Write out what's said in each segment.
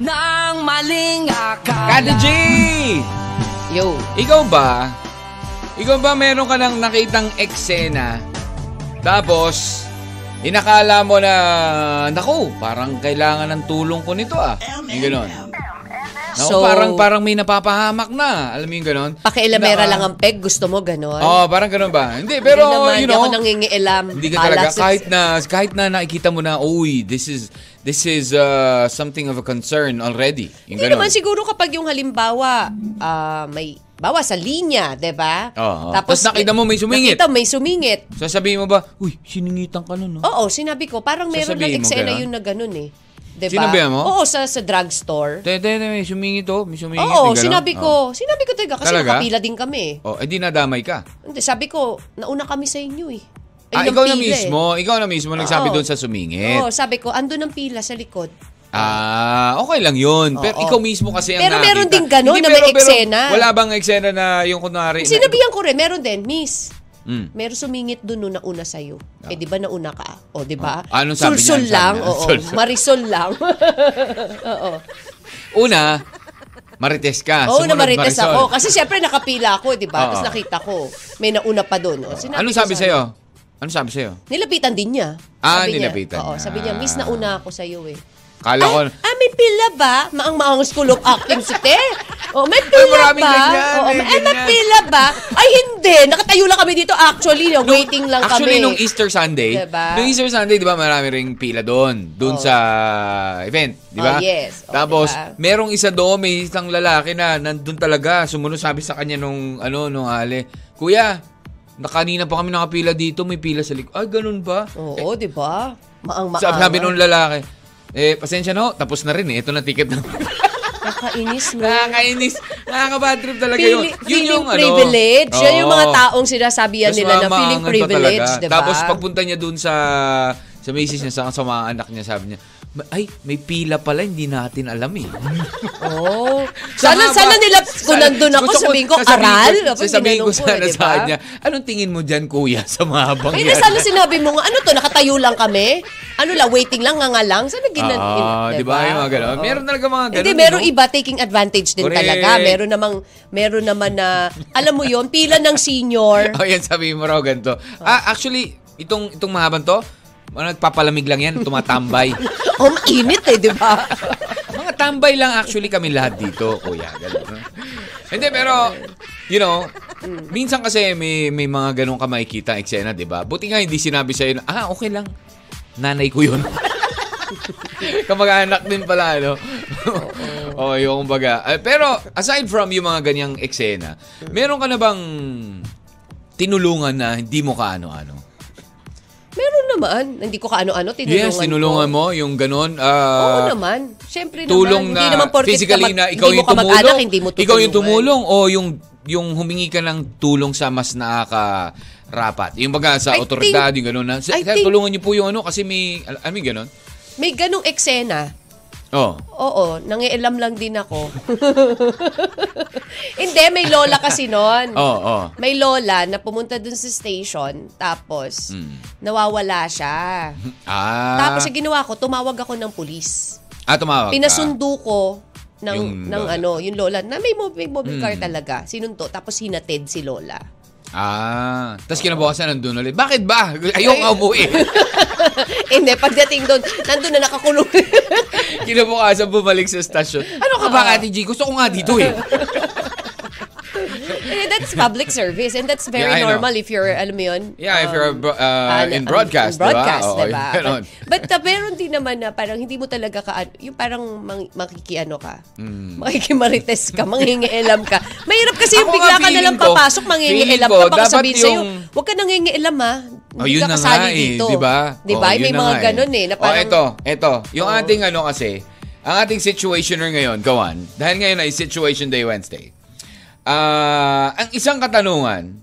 Nang maling akala Kati G! Yo Ikaw ba? Ikaw ba meron ka nang nakitang eksena? Tapos, inakala mo na, naku, parang kailangan ng tulong ko nito ah. Yung ganon. Naku, So- parang, parang may napapahamak na. Alam mo yung ganon? Pakialamera Na- lang ang peg Gusto mo ganon Oo, oh, parang ganon ba? Hindi, Diba? pero Hindi naman, you Hindi know. ako nangingialam Hindi ka Bahala talaga sa- kahit na kahit na nakikita mo na uy this is this is uh, something of a concern already. Yung Hindi ganun. naman siguro kapag yung halimbawa ah, may bawa sa linya, 'di ba? Oo. Tapos nakita mo may sumingit. Nakita mo may sumingit. Sasabihin mo ba, uy, siningitan ka nun, no? Oo, sinabi ko parang meron ng Sasabihin mo eksena ganun? yun na ganun eh. 'Di ba? Sinabihan mo? Oo, sa sa drugstore. Tete, tete, may sumingit oh, may sumingit. Oo, yung ganun. sinabi ko. Sinabi ko talaga kasi Talaga? nakapila din kami. eh. Oh, edi nadamay ka. Hindi, sabi ko, nauna kami sa inyo eh. Ayun ang Ah, ikaw na pila eh. mismo, ikaw na mismo nagsabi Oo. doon sa sumingit. Oo, sabi ko, andun ang pila sa likod. Ah, okay lang yun. Pero Oo. ikaw mismo kasi ang Pero nakita. meron din ganun na Hindi, may eksena. wala bang eksena na yung kunwari? Eh, na- Sinabihan ko rin, meron din, miss. Mm. Meron sumingit doon nung nauna sa'yo. Eh, di ba nauna ka? O, di ba? Ah, anong sabi niya? Sulsul Anong sabi lang, niya? oo. Sulsul. Marisol lang. oo. Una, marites ka. Oo, na Sumunod, marites Ah, Marisol. ako. Kasi syempre nakapila ako, di ba? Tapos Oo. nakita ko, may nauna pa doon. O, sinabi Anong ko sabi sa- sa'yo? Anong sabi sa'yo? Nilapitan din niya. Ah, Sabi niya, nilapitan Oo, niya. sabi niya, miss, nauna ako sa'yo eh. Kala ko, Ah, ah, may pila ba? Maang maang school of acting si te. Oh, may Ay, pila maraming ba? Oo, ganyan, eh, may, ay, may ganyan. pila ba? Ay, hindi. Nakatayo lang kami dito actually. No, waiting lang actually, kami. nung Easter Sunday, Diba? nung Easter Sunday, di ba, marami ring pila doon. Oh. Doon sa event, di ba? Oh, yes. Oh, Tapos, diba? merong isa doon, may isang lalaki na nandun talaga. Sumunod, sabi sa kanya nung, ano, nung ale, Kuya, na kanina pa kami nakapila dito, may pila sa likod. Ay, ganun ba? Oo, di ba? Maang maang. Sabi, sabi nung lalaki, eh, pasensya no, tapos na rin eh. Ito na ticket na. Nakainis mo. Nakakainis. Nakaka-bad trip talaga Ah, yun. ano. Feeling, feeling privilege. Yan yung mga taong sinasabihan Tapos nila na mamaangan feeling pa privilege, talaga. di ba? Tapos pagpunta niya dun sa sa misis niya, sa, sa mga anak niya, sabi niya, "Ma- ay, may pila pala, hindi natin alam eh. Oh. Sa Sana, haba- sana nila, kung sana- nandun ako, gusto sabihin ko, sasabihin aral. ko- Tapos Sasabihin ko tinanong ko, sana eh, di sa ba? kanya, anong tingin mo dyan, kuya, sa mahabang Ay, yan? sana sinabi mo nga, ano to, nakatayo lang kami? Ano lang, waiting lang, nga nga lang? Sana ginan? Ah, in- di ba? Yung mga ganun. Meron talaga mga ganun, Hindi, meron no? iba taking advantage din Correct. talaga. Meron namang, meron naman na, alam mo yon pila ng senior. Oh, yan sabi mo raw ganito. Ah, actually, itong itong mahabang to, mga nagpapalamig lang yan, tumatambay. oh, mainit eh, di ba? mga tambay lang actually kami lahat dito, kuya. Ganun. Hindi, pero, you know, minsan kasi may, may mga ganun ka makikita eksena, di ba? Buti nga hindi sinabi sa'yo, na, ah, okay lang, nanay ko yun. Kamag-anak din pala, ano? Oo, oh, yung kumbaga. Eh, pero, aside from yung mga ganyang eksena, meron ka na bang tinulungan na hindi mo kaano-ano? Meron naman. Hindi ko kaano-ano, tinulungan Yes, tinulungan ko. mo yung ganun. Oo ah, naman. Siyempre tulong naman. na hindi naman porket physically kamag- na ikaw hindi yung mo kamag-anak, tumulong. hindi mo ikaw tutulungan. yung tumulong o yung yung humingi ka ng tulong sa mas nakaka rapat. Yung baga sa I otoridad, yung gano'n na. Sa, I sa- think- tulungan niyo po yung ano kasi may, al- I mean, gano'n. May ganong eksena. Oh. Oo, nangialam lang din ako. Hindi, may lola kasi noon. Oo, oo. May lola na pumunta dun sa station, tapos nawawala siya. Hmm. Ah. Tapos ang ginawa ko, tumawag ako ng pulis. ah, tumawag ka. Pinasundo ko ng, Yung ng lola. Hmm. ano, yung lola, na may mobile, may mobile car talaga. Sinundo, tapos hinatid si lola. Ah. Tapos kinabukasan nandun ulit. Bakit ba? Ayaw ka umuwi. Hindi, pagdating doon, nandun na nakakulong. kinabukasan bumalik sa stasyon. Ano ka Ah. ba, Ate G? Gusto ko nga dito eh. Eh, that's public service and that's very Yeah, I know. normal if you're, alam mo yun? Yeah, if you're a bro- Ah, uh, na- in broadcast, in broadcast, diba? Oo, diba? yung ganun. But, but uh, meron din naman na parang hindi mo talaga ka, yung parang mang, makikiano ka, makikimarites ka, mangingialam ka. Mahirap kasi yung Hmm. Ako nga, bigla ka na feeling lang ko- papasok, mangingialam feeling ka, ko, baka dapat sabihin sa'yo, yung- huwag ka nangingialam ha, Oh, hindi yun ka na kasali nga eh, dito. di ba? Di Oh, ba? yun May na mga nga eh. ganun eh, na oh, parang, eto, eto. Yung Oo. ating ano kasi, Ang ating situationer ngayon, go on. Dahil ngayon ay Situation Day Wednesday. Ah, ang isang katanungan,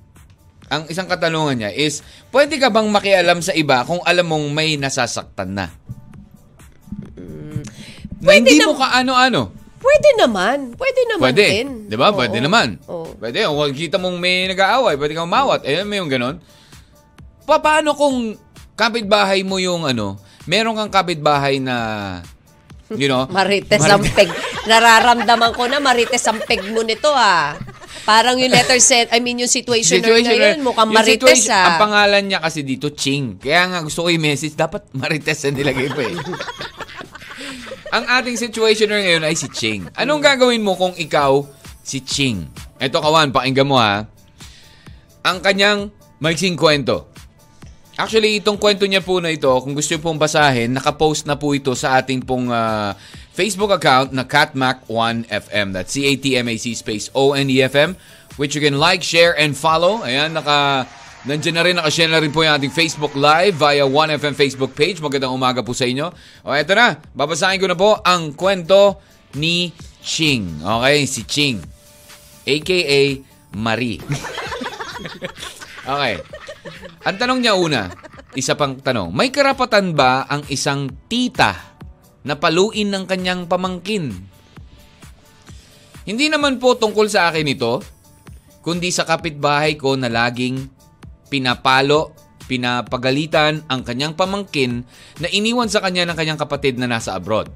ang isang katanungan niya is, pwede ka bang makialam sa iba kung alam mong may nasasaktan na? Na Mm. Pwede hindi na- mo kaano-ano. Pwede naman. Pwede naman Pwede. din. 'Di ba? Oo. Pwede naman. Oo. Pwede. Kung kita mong may nag-aaway, pwede kang umawat. Eh, may yung ganun. Pa- paano kung kapitbahay mo yung ano, meron kang kapitbahay na, you know, Marites ang Marites- peg. Nararamdaman ko na marites ang peg mo nito ah. Parang yung letter set, I mean yung situation na yun, mukhang yung marites situation- ah. Ang pangalan niya kasi dito, Ching. Kaya nga gusto ko yung message, dapat marites na nilagay pa eh. ang ating situationer ngayon ay si Ching. Anong gagawin mo kung ikaw si Ching? Ito kawan, pakinggan mo ha. Ang kanyang maiksing kwento. Actually, itong kwento niya po na ito, kung gusto niyo pong basahin, nakapost na po ito sa ating pong ah, Facebook account na catmac1fm. That's C-A-T-M-A-C space O-N-E-F-M, which you can like, share, and follow. Ayan, naka... Nandiyan na rin, nakashare na rin po yung ating Facebook Live via 1FM Facebook page. Magandang umaga po sa inyo. O, eto na. Babasahin ko na po ang kwento ni Ching. Okay, si Ching. A.K.A. Marie. okay. Ang tanong niya una, isa pang tanong, may karapatan ba ang isang tita na paluin ng kanyang pamangkin? Hindi naman po tungkol sa akin ito, kundi sa kapitbahay ko na laging pinapalo, pinapagalitan ang kanyang pamangkin na iniwan sa kanya ng kanyang kapatid na nasa abroad.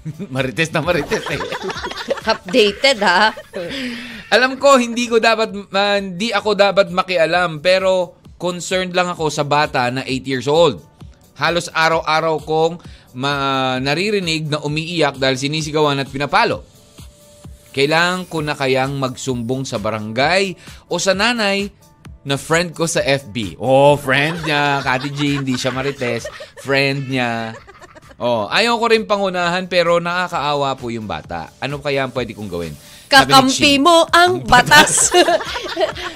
marites na marites eh. Updated ha. Alam ko hindi ko dapat ma- hindi ako dapat makialam pero concerned lang ako sa bata na 8 years old. Halos araw-araw kong ma- naririnig na umiiyak dahil sinisigawan at pinapalo. Kailangan ko na kayang magsumbong sa barangay o sa nanay na friend ko sa FB. Oh, friend niya. Kati G, hindi siya marites. Friend niya. Oh, ayaw ko rin pangunahan pero nakakaawa po yung bata. Ano kaya ang pwede kong gawin? Sabi ni Kakampi Chi. mo ang batas.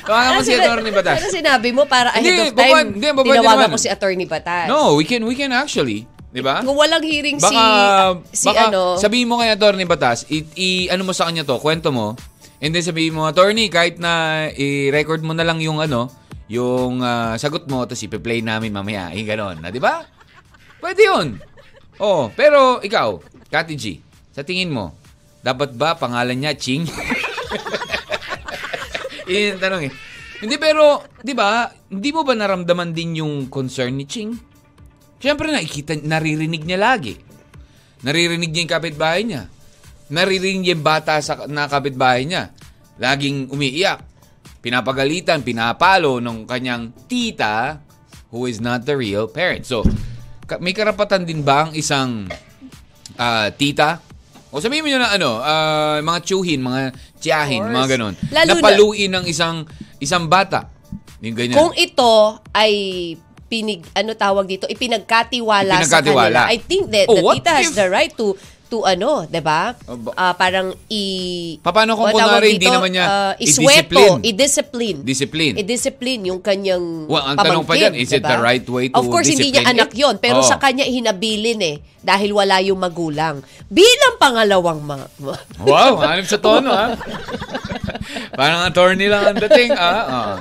Tawagan mo si sina- Attorney Batas. Ano sinabi mo para ahead Hindi, of time? babad- hindi, babad tinawagan naman. ko si Attorney Batas. No, we can we can actually, 'di ba? Kung walang hearing Baka si, si baka ano. sabihin mo kay Attorney Batas, i, i- ano mo sa kanya to, kwento mo. And then sabihin mo, Attorney, kahit na i-record mo na lang yung ano, yung ah, sagot mo tapos ipe-play namin mamaya, yung ganon, na 'di ba? Pwede 'yun. Oh, pero ikaw, Kati G, sa tingin mo, dapat ba pangalan niya Ching? Yun yung tanong eh. Hindi pero, di ba, hindi mo ba naramdaman din yung concern ni Ching? Siyempre nakikita, naririnig niya lagi. Naririnig niya yung kapitbahay niya. Naririnig niya yung bata sa, na kapitbahay niya. Laging umiiyak. Pinapagalitan, pinapalo ng kanyang tita who is not the real parent. So, ka- may karapatan din ba ang isang ah, tita? O sabihin mo nyo na ano, ah, mga tsuhin, mga Of tiyahin, course. mga ganon. Lalo na- Napaluin ng isang isang bata. Yung ganyan. Kung ito ay pinig ano tawag dito ipinagkatiwala, Ipinagkatiwala. sa kanila I think that Oh, the what tita has if- the right to to ano 'di ba Oh, ba- Ah, parang i Paano kung o, tawag kunwari hindi dito, naman niya ah, i-discipline? isweto i-discipline Discipline. i-discipline yung kanyang Well, ang tanong pa pamangkin, dyan, is it diba? the right way to Of course hindi niya discipline Oh. anak it? yon pero Oo. sa kanya hinabilin eh dahil wala yung magulang bilang pangalawang ma- Wow, hanip sa tono, ha? Parang attorney lang ang dating, ha? Ah.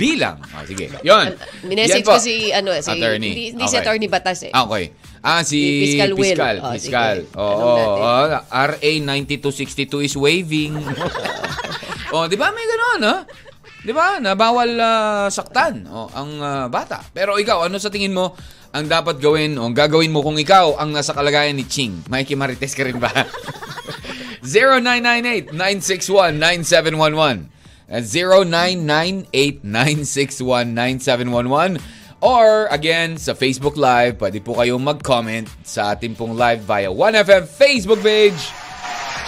Bilang. Ah, sige. Yun. Minessage Yan po. ko si, ano, si, attorney. hindi, hindi si Okay. attorney Batas eh. Ah, okay. Ah, si Si Fiscal Will. Fiscal. Oh, sige. Fiscal. Oo. Tanong natin. oo. RA 9262 is waving. oh, di ba may ganoon, ha? Di ba? Nabawal ah, saktan oh, ang ah, bata. Pero ikaw, ano sa tingin mo ang dapat gawin o ang gagawin mo kung ikaw ang nasa kalagayan ni Ching? Mikey Marites ka rin ba? 0998-961-9711. That's 0998-961-9711. Or, again, sa Facebook Live, pwede po kayong mag-comment sa ating pong live via 1FM Facebook page.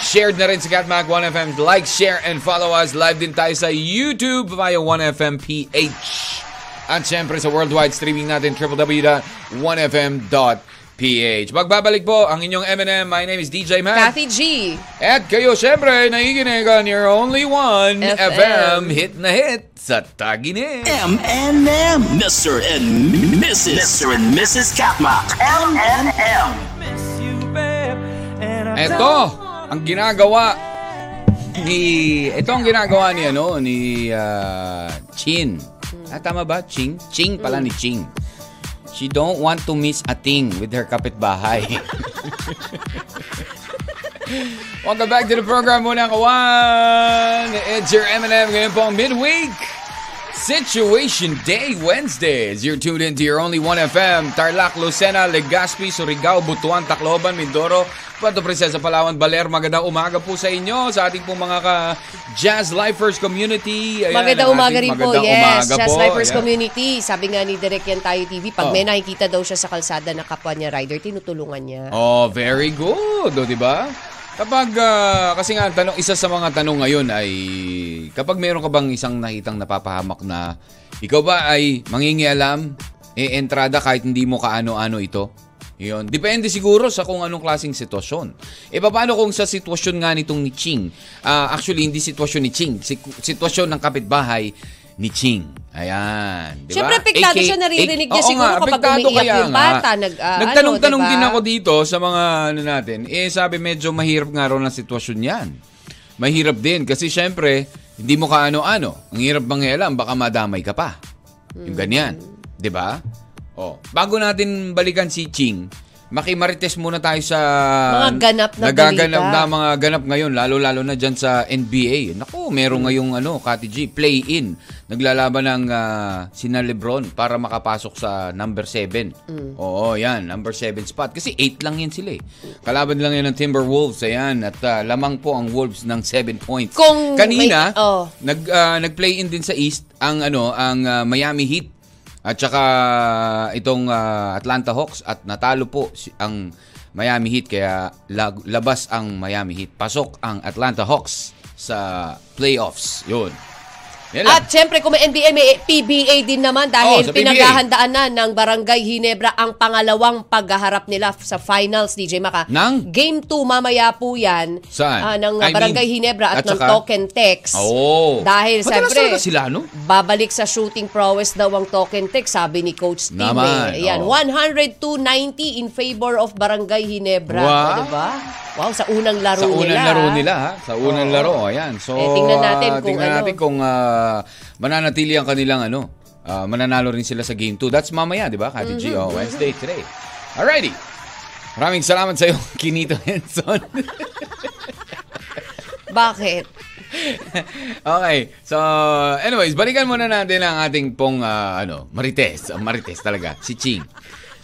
Shared na rin sa Catmac 1FM. Like, share, and follow us. Live din tayo sa YouTube via 1FM PH. At syempre sa worldwide streaming natin, www.1fm.ph. Magbabalik po ang inyong M&M. My name is DJ Mac. Kathy G. At kayo syempre, nakikinig on your only one FM. FM. hit na hit sa Taginip. M and M. Mr. and Mrs. Mr. and Mrs. Katma. M M M. miss you, babe. Eto, ang ginagawa ni ito ang ginagawa ni ano ni ah, Chin. Ah, tama ba? Ching? Ching pala ni Ching. She don't want to miss a thing with her kapitbahay. Welcome back to the program muna kawan. It's your M&M ngayon po ang midweek. Situation Day Wednesdays. You're tuned in to your only 1FM. Tarlac, Lucena, Legazpi, Surigao, Butuan, Tacloban, Mindoro, Puerto Princesa, Palawan, Baler. Magandang umaga po sa inyo, sa ating pong mga ka-Jazz Lifers community. Ayan, Magandang ang umaga ating rin po. magandang Yes, umaga Jazz po. Lifers Ayan. Community. Sabi nga ni Direk Yan Tayo TV, pag Oh. may nakikita daw siya sa kalsada na kapwa niya rider, tinutulungan niya. Oh, very good, o, di ba? Kapag, ah, kasi nga, ang tanong, isa sa mga tanong ngayon ay, kapag meron ka bang isang nakitang napapahamak na, ikaw ba ay mangingialam, e entrada kahit hindi mo kaano-ano ito? Yun. Depende siguro sa kung anong klaseng sitwasyon. E paano kung sa sitwasyon nga nitong ni Ching? Ah, actually, hindi sitwasyon ni Ching. si- Sitwasyon ng kapitbahay ni Ching. Ayan. Di ba? Siyempre, apektado AK siya, naririnig niya Oo siguro kapag apektado umiiyak kaya yung nga. bata, nag, ah, Nagtanong-tanong ano, di ba? din ako dito sa mga ano natin. Eh, sabi medyo mahirap nga raw ng sitwasyon yan. Mahirap din kasi syempre, hindi mo kaano-ano. Ang hirap mangialam, baka madamay ka pa. Yung ganyan. 'Di ba? Oh, bago natin balikan si Ching, makimarites muna tayo sa Mga ganap na nagaganap balita. na mga ganap ngayon, lalo-lalo na dyan sa NBA. Naku, meron ngayong ano, Kati G, play-in. Naglalaban ng ah, sina Lebron para makapasok sa number 7. Mm. Oo, yan, number 7 spot. Kasi 8 lang yan sila eh. Kalaban lang yan ng Timberwolves, ayan. At ah, lamang po ang Wolves ng 7 points. Kung Kanina, may- oh. nag, ah, nag-play-in din sa East ang, ano, ang ah, Miami Heat. At saka itong ah, Atlanta Hawks at natalo po si- ang Miami Heat kaya lag- labas ang Miami Heat. Pasok ang Atlanta Hawks sa playoffs. Yun. Yan At lang. syempre kung may NBA, may PBA din naman Oh, dahil sa PBA. pinaghahandaan na ng Barangay Hinebra ang pangalawang pagharap nila f- sa finals, DJ Maka. Ng? Game 2 mamaya po yan Saan? ah, ng I mean, Barangay Hinebra at, at ng saka- Oh. Token Tex. Oo. Dahil Madalas syempre, talaga sila, no? babalik sa shooting prowess daw ang Token Tex, sabi ni Coach Tim. eh. Naman, Ayan, oo. 102-90 in favor of Barangay Hinebra. Wow. O, diba? Wow, sa unang laro sa nila. ah. unang laro nila, ha? Sa unang Oo. laro, ayan. So, Eh, tingnan natin ah, kung tingnan ano. natin kung, ah, mananatili ang kanilang ano. ah, mananalo rin sila sa game 2. That's mamaya, di ba? Kati Mm-hmm. G, oh, Wednesday today. Alrighty. Maraming salamat sa iyo, Kinito Henson. Bakit? okay. So, anyways, balikan muna natin ang ating pong, ah, ano, Marites. Ang Marites talaga, si Ching.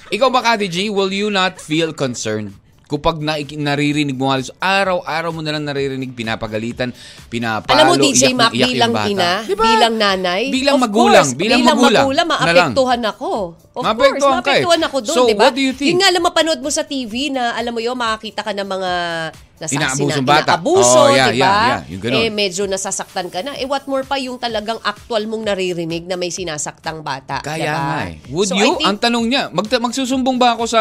Ikaw ba, Kati G, will you not feel concerned kapag na, naririnig mo halos araw-araw mo na lang naririnig, pinapagalitan, pinapalo, Alam mo, DJ iyak na Mac, iyak yung bilang bata. ina, Di ba? bilang nanay. bilang of magulang, course, bilang, magulang, magulang, na lang. maapektuhan ako. Of Maapektuhan course, ka eh. maapektuhan ako doon, So, di ba? what do you Yun think? nga lang, mapanood mo sa TV na, alam mo yun, makakita ka ng mga Inaabusong nasasina, bata. inaabuso, Oh, yeah, di ba? yeah, yeah. Yung ganun. Eh, medyo nasasaktan ka na. Eh, what more pa yung talagang actual mong naririnig na may sinasaktang bata. Kaya diba? nga eh. So, Would I you? think- Ang tanong niya, magta- magsusumbong ba ako sa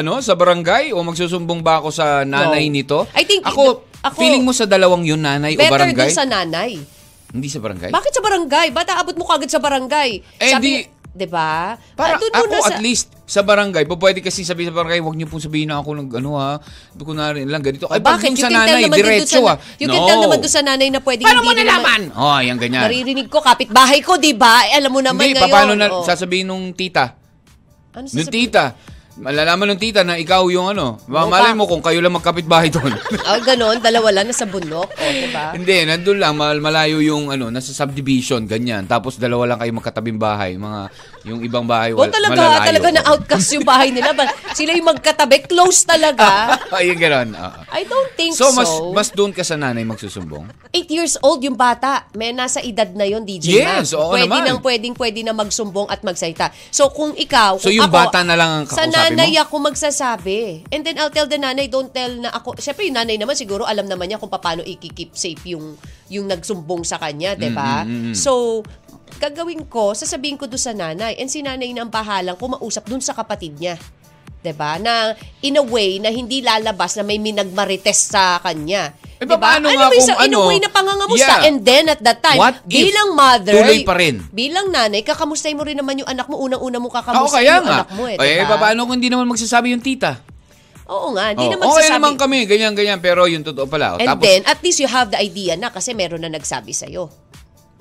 ano sa barangay o magsusumbong ba ako sa nanay No. nito? I think- ako, ako- feeling mo sa dalawang yun, nanay o Better doon barangay? sa nanay. Hindi sa barangay? Bakit sa barangay? Ba't aabot mo kagad sa barangay? Eh, di- Sabi, di ba? Para Andun ako muna sa- at least sa barangay, po pwede kasi sabihin sa barangay, wag niyo pong sabihin na ako ng ano ha, kunwari lang ganito. Ay, pag Oh, Bakit? yung You sa can tell nanay, naman din doon diretso ah. sa, ha. you can tell naman doon sa nanay na pwede Paano mo hindi din naman- nalaman? Oh, ayan ganyan. Naririnig ko, kapitbahay ko, di ba? Eh, alam mo naman Hindi, ngayon. paano na, oh. sasabihin nung tita? Ano Nung sasabihin? tita, malalaman nung tita na ikaw yung ano. Ma- Mukha. Malay mo kung kayo lang magkapitbahay doon. Oh, ganon, dalawa lang, nasa bundok. O, di ba? Hindi, nandun lang, mal- malayo yung ano, nasa subdivision, ganyan. Tapos dalawa lang kayo magkatabing bahay, mga, yung ibang bahay, O wal- talaga, malalayo. talaga na outcast yung bahay nila. Ba- Sila yung magkatabi, close talaga. Ayun, ganun. oo. I don't think so. So, mas, mas doon ka sa nanay magsusumbong? Eight years old yung bata. May nasa edad na yon DJ Yes, Mac. oo pwede naman. nang pwedeng pwede na magsumbong at magsalita. So kung ikaw, So, kung yung ako, bata na lang ang Sa kakausapin nanay mo? ako magsasabi. And then I'll tell the nanay, don't tell na ako. Siyempre yung nanay naman siguro alam naman niya kung paano i-keep safe yung yung nagsumbong sa kanya, 'di ba? Mm-hmm, So gagawin ko, sasabihin ko do sa nanay. And si nanay na ang bahalang kumausap dun sa kapatid niya. 'Di ba? Na in a way na hindi lalabas na may minagmarites sa kanya. Eh, 'Di ba? paano mo, nga kung Diba? sa- in a ano? way na pangangamusta. Yeah. And then at that time, What if bilang mother, tuloy pa rin? bilang nanay, kakamustay mo rin naman yung anak mo. Unang-una mo Oo, kakamusta Ah, kaya yung nga. anak mo eh. eh, diba? paano kung hindi naman magsasabi yung tita? Oo nga, hindi Oh, naman okay sasabi. naman kami, ganyan-ganyan, pero yung totoo pala. Oh, And tapos, then, at least you have the idea na kasi meron na nagsabi sa'yo.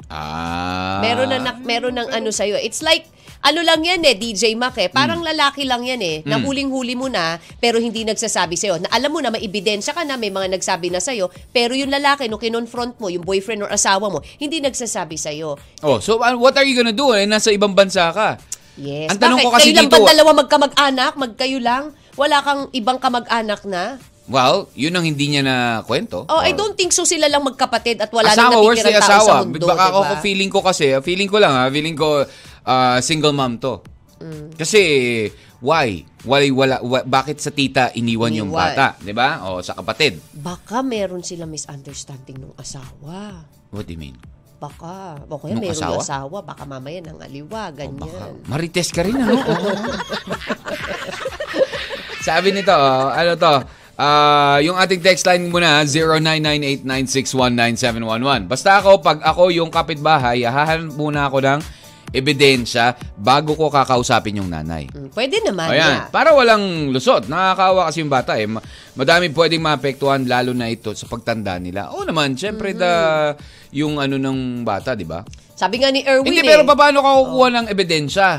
ah, Meron na, nak- meron ng ano sa'yo. It's like, ano lang yan eh, DJ Mac eh. Parang Hmm. lalaki lang yan eh. Na huling-huli mo na, pero hindi nagsasabi sa'yo. Na alam mo na, may ebidensya ka na, may mga nagsabi na sa'yo. Pero yung lalaki, no kinonfront mo, yung boyfriend or asawa mo, hindi nagsasabi sa'yo. Oh, so uh, what are you gonna do? Eh, nasa ibang bansa ka. Yes. Ang tanong Bakit? ko kasi kayo lang dito- ba dalawa magkamag-anak? Magkayo lang? Wala kang ibang kamag-anak na? Well, yun ang hindi niya na kwento. Oh, I Or- don't think so sila lang magkapatid at wala asawa, nang worst natitirang day tao asawa. sa mundo. Baka diba? ako feeling ko kasi, ah, feeling ko lang ha, feeling ko ah, single mom to. Mm. Kasi why? Why wala wa- bakit sa tita iniwan yung Iniwan. bata, 'di ba? O sa kapatid. Baka meron sila misunderstanding ng asawa. What do you mean? Baka. O kaya Nung meron asawa? Oh, asawa? asawa. Baka mamaya nang aliwa. Ganyan. Baka marites ka rin ano? Oo. Sabi nito, oh, ano to? Ah, yung ating text line muna, 0998-961-9711. Basta ako, pag ako yung kapitbahay, hahanap muna ako ng ebidensya bago ko kakausapin yung nanay. Mm, Pwede naman. na. Ayan, para walang lusot. Nakakaawa kasi yung bata eh. Ma- Madami pwedeng maapektuhan lalo na ito sa pagtanda nila. Oo naman, syempre da yung ano ng bata, di ba? Sabi nga ni Erwin Hindi, eh, pero paano ka kukuha ng ebidensya?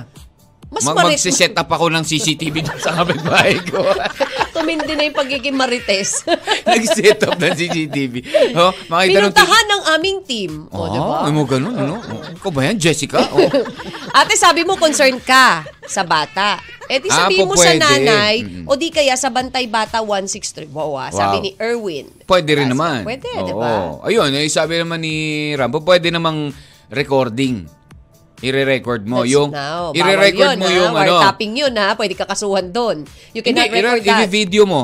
mas Mag- marit- magsiset up ako ng CCTV dun sa kapitbahay ko. Tumindi na yung pagiging marites. Nag-set up ng CCTV. Oh, makita nung tita- Pinuntahan ng aming team. O, Oh, diba? ano mo ganun, ano? Oh, Ikaw ba yan, Jessica? Oh. Ate, sabi mo concerned ka sa bata. Eh di Ah, sabihin mo po, sa pwede. nanay, Mm-mm. o di kaya sa Bantay Bata 163. Wow, ah, sabi Wow. ni Erwin. Pwede rin Ah, naman. Pwede, Oo. di ba? Ayun, eh, sabi naman ni Rambo, pwede namang recording. I-record mo That's yung now. Bawal yun, i-record ah. mo ha? yung ano. Wiretapping yun ha, pwede kakasuhan doon. You Hindi, cannot record i-re- that. i-video mo.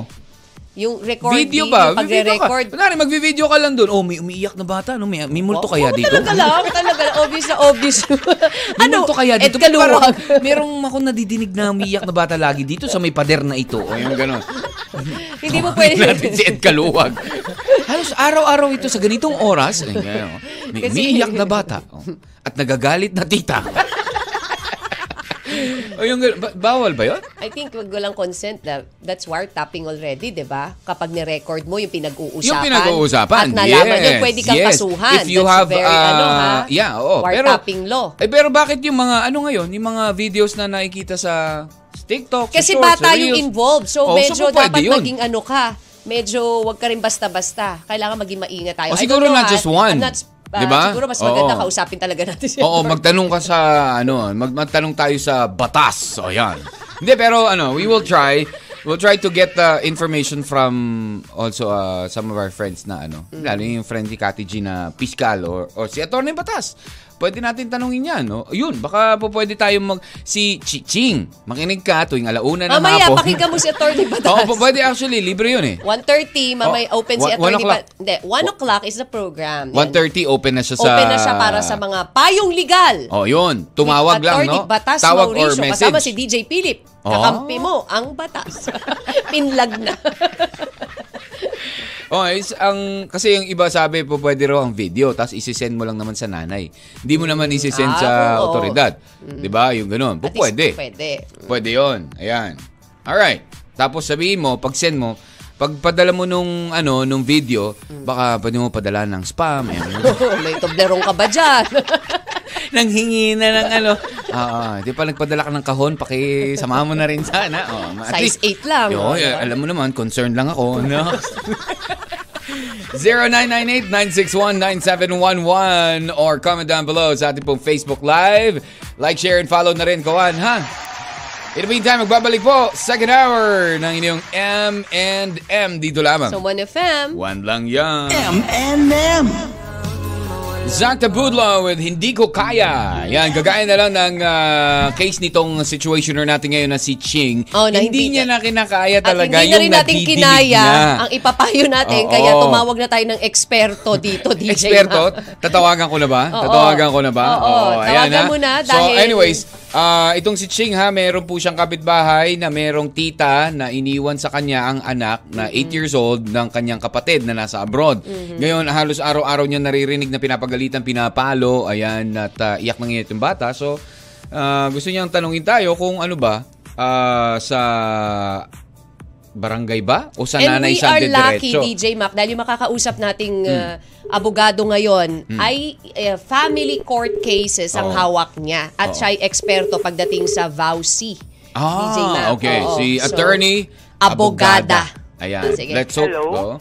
Yung recording, video ba? yung pagre-record. Video ka. Kunwari, magvi-video ka lang doon. Oh, may umiiyak na bata. No? May, may multo kaya Oo, dito. Talaga lang, talaga lang. Obvious na obvious. Ano? May multo Ano? kaya Ed dito. Kaluwag. Parang merong ako nadidinig na umiiyak na bata lagi dito sa may pader na ito. O yung gano'n. Hindi mo Natin pwede. si Ed Kaluwag. Halos araw-araw ito sa ganitong oras. Ay, ngayon, oh. may Kasi- umiiyak na bata. Oh. At nagagalit na tita. o yung gano'n. Ba- bawal ba yun? I think wag walang consent na that's wiretapping already, 'di ba? Kapag ni-record mo yung pinag-uusapan. Yung pinag-uusapan. At nalaman yes, yun, pwede kang yes. kasuhan. If you That's have, very, uh, ano ha? Yeah, oo. Wiretapping law. Eh, pero bakit yung mga, ano ngayon, yung mga videos na nakikita sa TikTok, Kasi sa shorts, bata sa yung reels? involved. So Oh, medyo so pwede dapat yun. maging ano ka. Medyo wag ka rin basta-basta. Kailangan maging maingat tayo. Oh, I siguro don't know, not ha? just one. I'm not, uh, Di ba? Siguro mas maganda Oo. kausapin talaga natin si Oo, Edward. magtanong ka sa, ano, mag- magtanong tayo sa batas. O, yan. Hindi, pero ano, we will try. We'll try to get uh, information from also uh, some of our friends na ano. Mm. Lalo yung friend ni Kati G na piskal or, or si Atty. Batas. Pwede natin tanungin yan. No? Yun, baka po pwede tayong mag... Si Chiching, makinig ka tuwing alauna ng Mamaya, hapon. pakinggan mo si Attorney Batas. Oo, po, pwede actually. Libre yun eh. 1.30, mamay Oh, open si one- one Attorney o'clock. Batas. Hindi, 1 o'clock is the program. Yan. 1.30, open na siya sa... Open na siya para sa mga payong legal. Oh, yun. Tumawag lang, Attorney no? Batas Tawag Mauricio, or message. Kasama si DJ Philip. Oh. Kakampi mo ang batas. Pinlag na. Oh, is, ang, kasi yung iba sabi po pwede raw ang video, tapos isisend mo lang naman sa nanay. Hindi mo naman Ah, isisend sa oo. Mm. otoridad. Di ba? Yung ganun. Po, At least pwede. Pwede. Pwede yun. Ayan. Alright. Tapos sabihin mo, pag send mo, pagpadala mo nung ano nung video, Mm. baka pwede mo padala ng spam. eh. Ayan. Oh, May toblerong ka ba dyan? Nanghingi na ng ano. Oo, di pa nagpadala ka ng kahon, pakisama mo na rin sana. Oo, at Size 8 lang. Oo, Diba? eh, alam mo naman, concerned lang ako. No? 0998-961-9711 or comment down below sa ating pong Facebook Live. Like, share, and follow na rin, kawan, ha? In the meantime, magbabalik po, second hour ng inyong M&M dito lamang. So, 1FM. One lang yan. M&M. Zach Tabudlo with Hindi Ko Kaya. Yan, gagaya na lang ng ah, case nitong situationer natin ngayon na si Ching. Oh, na hindi, hindi niya na kinakaya At talaga hindi na rin natin nadidinig kinaya niya. ang ipapayo natin. Oo. Kaya tumawag na tayo ng eksperto dito, DJ. Eksperto, Mac. tatawagan ko na ba? Oo. Tatawagan ko na ba? Oo, tawagan mo na So dahil- anyways, ah, itong si Ching ha, meron po siyang kapitbahay na merong tita na iniwan sa kanya ang anak na 8 years old ng kanyang kapatid na nasa abroad. Mm-hmm. Ngayon, halos araw-araw niya naririnig na pinapagalitan, pinapalo, ayan, at ah, iyak na ngayon yung bata. So, ah, gusto niyang tanungin tayo kung ano ba ah, sa barangay ba? O sa And nanay we siya are lucky, diretso? Hmm. DJ Mac, dahil yung makakausap nating uh, abogado ngayon ay uh, family court cases ang Oo. hawak niya. At Oo. siya ay eksperto pagdating sa vowsy. DJ Mac. Ah, okay. Oo. Si So, attorney abogada. Ayan. Sige. Let's hope. Hello?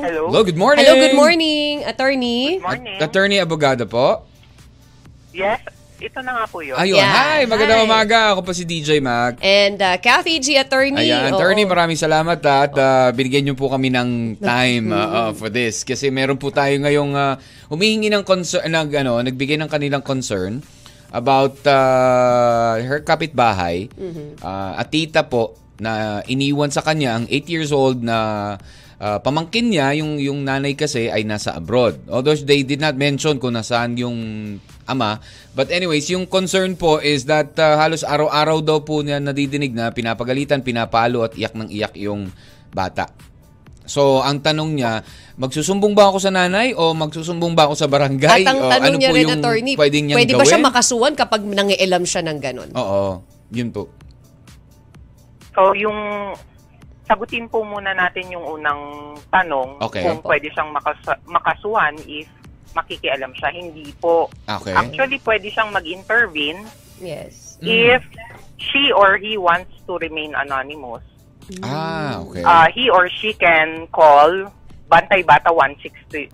Hello. Hello? Hello, good morning. Hello, good morning, attorney. Good morning. At- attorney abogada po. Yes, ito na nga po yun. Ayun. Yeah. Hi, magandang Hi. umaga. Ako po si DJ Mac. And uh, Kathy G, attorney. Ayan, Oo. attorney, maraming salamat at ah, binigyan niyo po kami ng time ah, ah, for this kasi meron po tayo ngayong ah, humihingi ng concern nag ano, nagbigay ng kanilang concern about ah, her kapitbahay Mm-hmm. ah, at tita po na iniwan sa kanya ang 8 years old na ah, pamangkin niya yung yung nanay kasi ay nasa abroad. Although they did not mention kung nasaan yung ama. But anyways, yung concern po is that uh, halos araw-araw daw po niya nadidinig na pinapagalitan, pinapalo at iyak ng iyak yung bata. So, ang tanong niya, magsusumbong ba ako sa nanay o magsusumbong ba ako sa barangay? At ang O tanong ano niya po rin, yung attorney, pwedeng niyang pwede ba gawin? Oh. siya makasuhan kapag nangielam siya ng ganun? Oo, yun po. So, yung sagutin po muna natin yung unang tanong Okay. kung pwede siyang makas- makasuhan if makikialam siya. Hindi po. Okay. Mm. Actually, pwede siyang mag-intervene Yes. if she or he wants to remain anonymous. Ah, okay. Uh, he or she can call Bantay Bata 163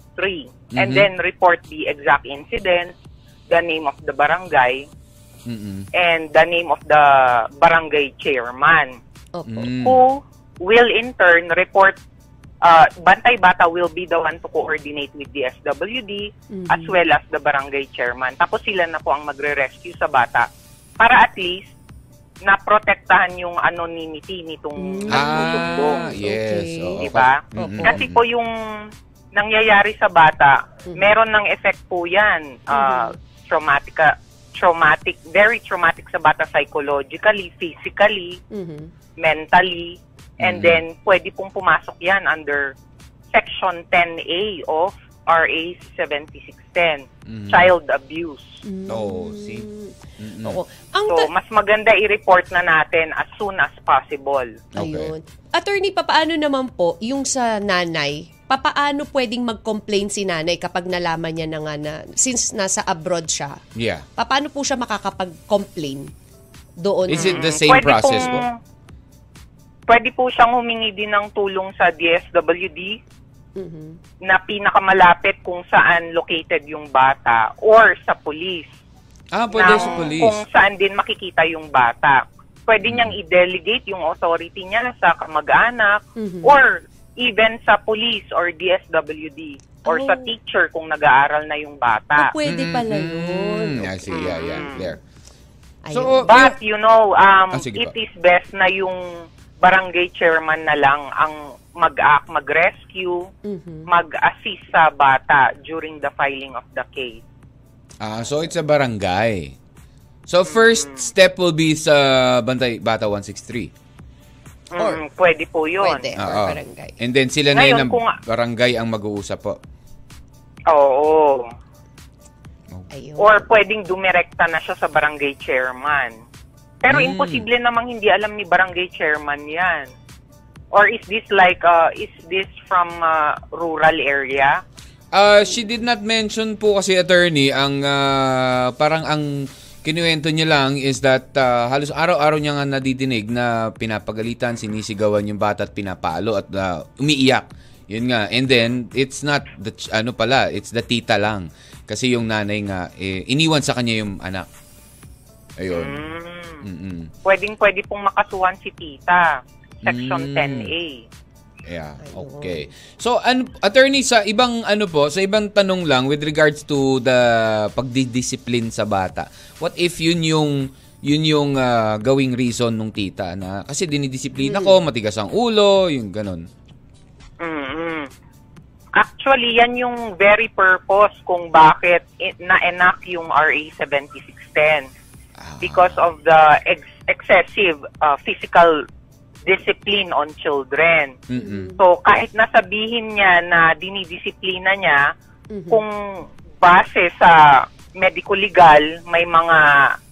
and Mhm. then report the exact incident, the name of the barangay, Mm-mm. and the name of the barangay chairman Opo. Mm. who will in turn report uh, Bantay Bata will be the one to coordinate with the SWD as well as the barangay chairman. Tapos sila na po ang magre-rescue sa bata para at least naprotektahan yung anonymity Mm. nitong nagsusumbong. Ah, yes. Okay. oo. Diba? Mm-mm. Kasi po yung nangyayari sa bata, meron ng effect po yan. Uh, traumatic, traumatic, very traumatic sa bata psychologically, physically, Mhm. mentally, and Mhm. then pwede pong pumasok yan under Section 10A of RA 7610, Mhm. Child Abuse. Oh, see? Mm-mm. Oo. Ang So, ta- mas maganda i-report na natin as soon as possible. Okay. Ayun. Attorney, papaano naman po yung sa nanay? Papaano pwedeng mag-complain si nanay kapag nalaman niya na nga na since nasa abroad siya? Yeah. Papaano po siya makakapag-complain doon? Is it the Mm, same process pong- po? Pwede po siyang humingi din ng tulong sa DSWD Mhm. na pinakamalapit kung saan located yung bata or sa police. Ah, pwede ng sa Kung police. saan din makikita yung bata. Pwede niyang Mm-hmm. i-delegate yung authority niya sa kamag-anak or even sa police or DSWD or Oh. sa teacher kung nag-aaral na yung Ah, bata. pwede pala yun. Mm-hmm. Mm, I see. Yeah, yeah. There. Ayun. So, But you know, um, Ah, sige it pa. is best na yung barangay chairman na lang ang mag-act, mag-rescue, mag-assist sa bata during the filing of the case. Ah, so it's a barangay. So first Mm-hmm. step will be sa Bantay Bata 163. Mm, Or- pwede po yun. pwede. Ah, or ah. barangay. And then sila na Ngayon, yun ang kung- barangay ang mag-uusap po. Oo. Ayun. Or pwedeng dumirekta na siya sa barangay chairman. Pero Mm. imposible namang hindi alam ni barangay chairman yan. Or is this like, uh, is this from uh, rural area? Ah, she did not mention po kasi attorney ang ah, parang ang kinuwento niya lang is that ah, halos araw-araw niya nga nadidinig na pinapagalitan, sinisigawan yung bata at pinapalo at ah, umiiyak. Yun nga. And then it's not the ch- ano pala, it's the tita lang kasi yung nanay nga eh, iniwan sa kanya yung anak. Ayun. Mm. Mm-mm. Pwedeng pwede pong makasuhan si tita. Section Mm. 10A. Yeah, Ayun. okay. So, ano, attorney, sa ibang ano po, sa ibang tanong lang with regards to the pagdidisiplin sa bata. What if yun yung yun yung ah, gawing reason nung tita na kasi dinidisiplina ko, matigas ang ulo, yung ganun. mm Actually, yan yung very purpose kung bakit i- na-enact yung RA 7610 because of the ex- excessive uh, physical discipline on children. Mm-mm. So, kahit nasabihin niya na dinidisiplina niya, kung base sa medico-legal, may mga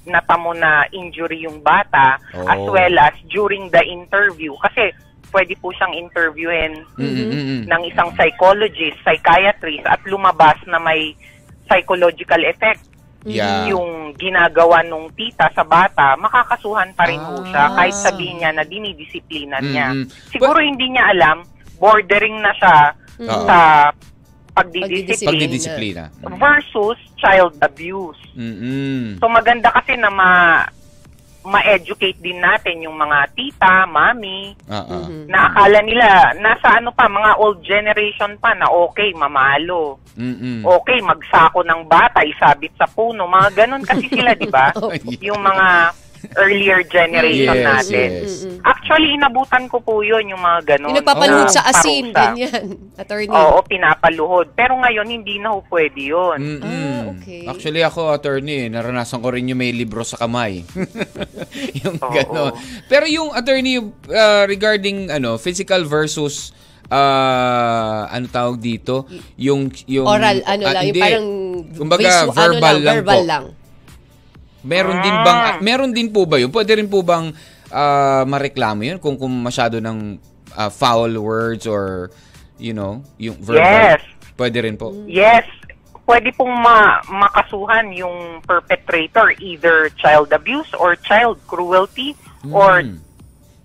natamo na injury yung bata Oo. as well as during the interview kasi pwede po siyang interviewin Mm-mm-mm. ng isang psychologist, psychiatrist at lumabas na may psychological effect Yeah. yung ginagawa nung tita sa bata, makakasuhan pa rin po siya Ah. kahit sabihin niya na dinidisiplina niya. Mm-mm. Siguro hindi niya alam, bordering na siya Oo. sa pagdidisiplina Pagdidisiplina. Mm. versus child abuse. Mm-mm. So maganda kasi na ma ma-educate din natin yung mga tita, mami, Ah-ah. na akala nila nasa ano pa, mga old generation pa na okay, mamalo. Mm-mm. Okay, magsako ng bata, isabit sa puno. Mga ganun kasi sila, di ba? yung mga earlier generation Oh, Yes, natin. yes. Actually, inabutan ko po yun, yung mga ganun. Yung nagpapaluhod na sa asin, parusa. ganyan. Attorney. Oo, pinapaluhod. Pero ngayon, hindi na ho pwede yun. Mm-mm. Ah, okay. Actually ako attorney, eh, naranasan ko rin yung may libro sa kamay. yung Oo. gano'n. Pero yung attorney uh, regarding ano physical versus uh, ano tawag dito, yung yung Oral, ano ah, lang, yung hindi. parang Kumbaga, visu- ano verbal lang verbal po. lang. Meron din bang ah, meron din po ba yun? Pwede rin po bang ah, mareklamo yun kung kung masyado ng ah, foul words or you know, yung verbal. Yes. Pwede rin po. Yes, pwede pong ma- makasuhan yung perpetrator, either child abuse or child cruelty or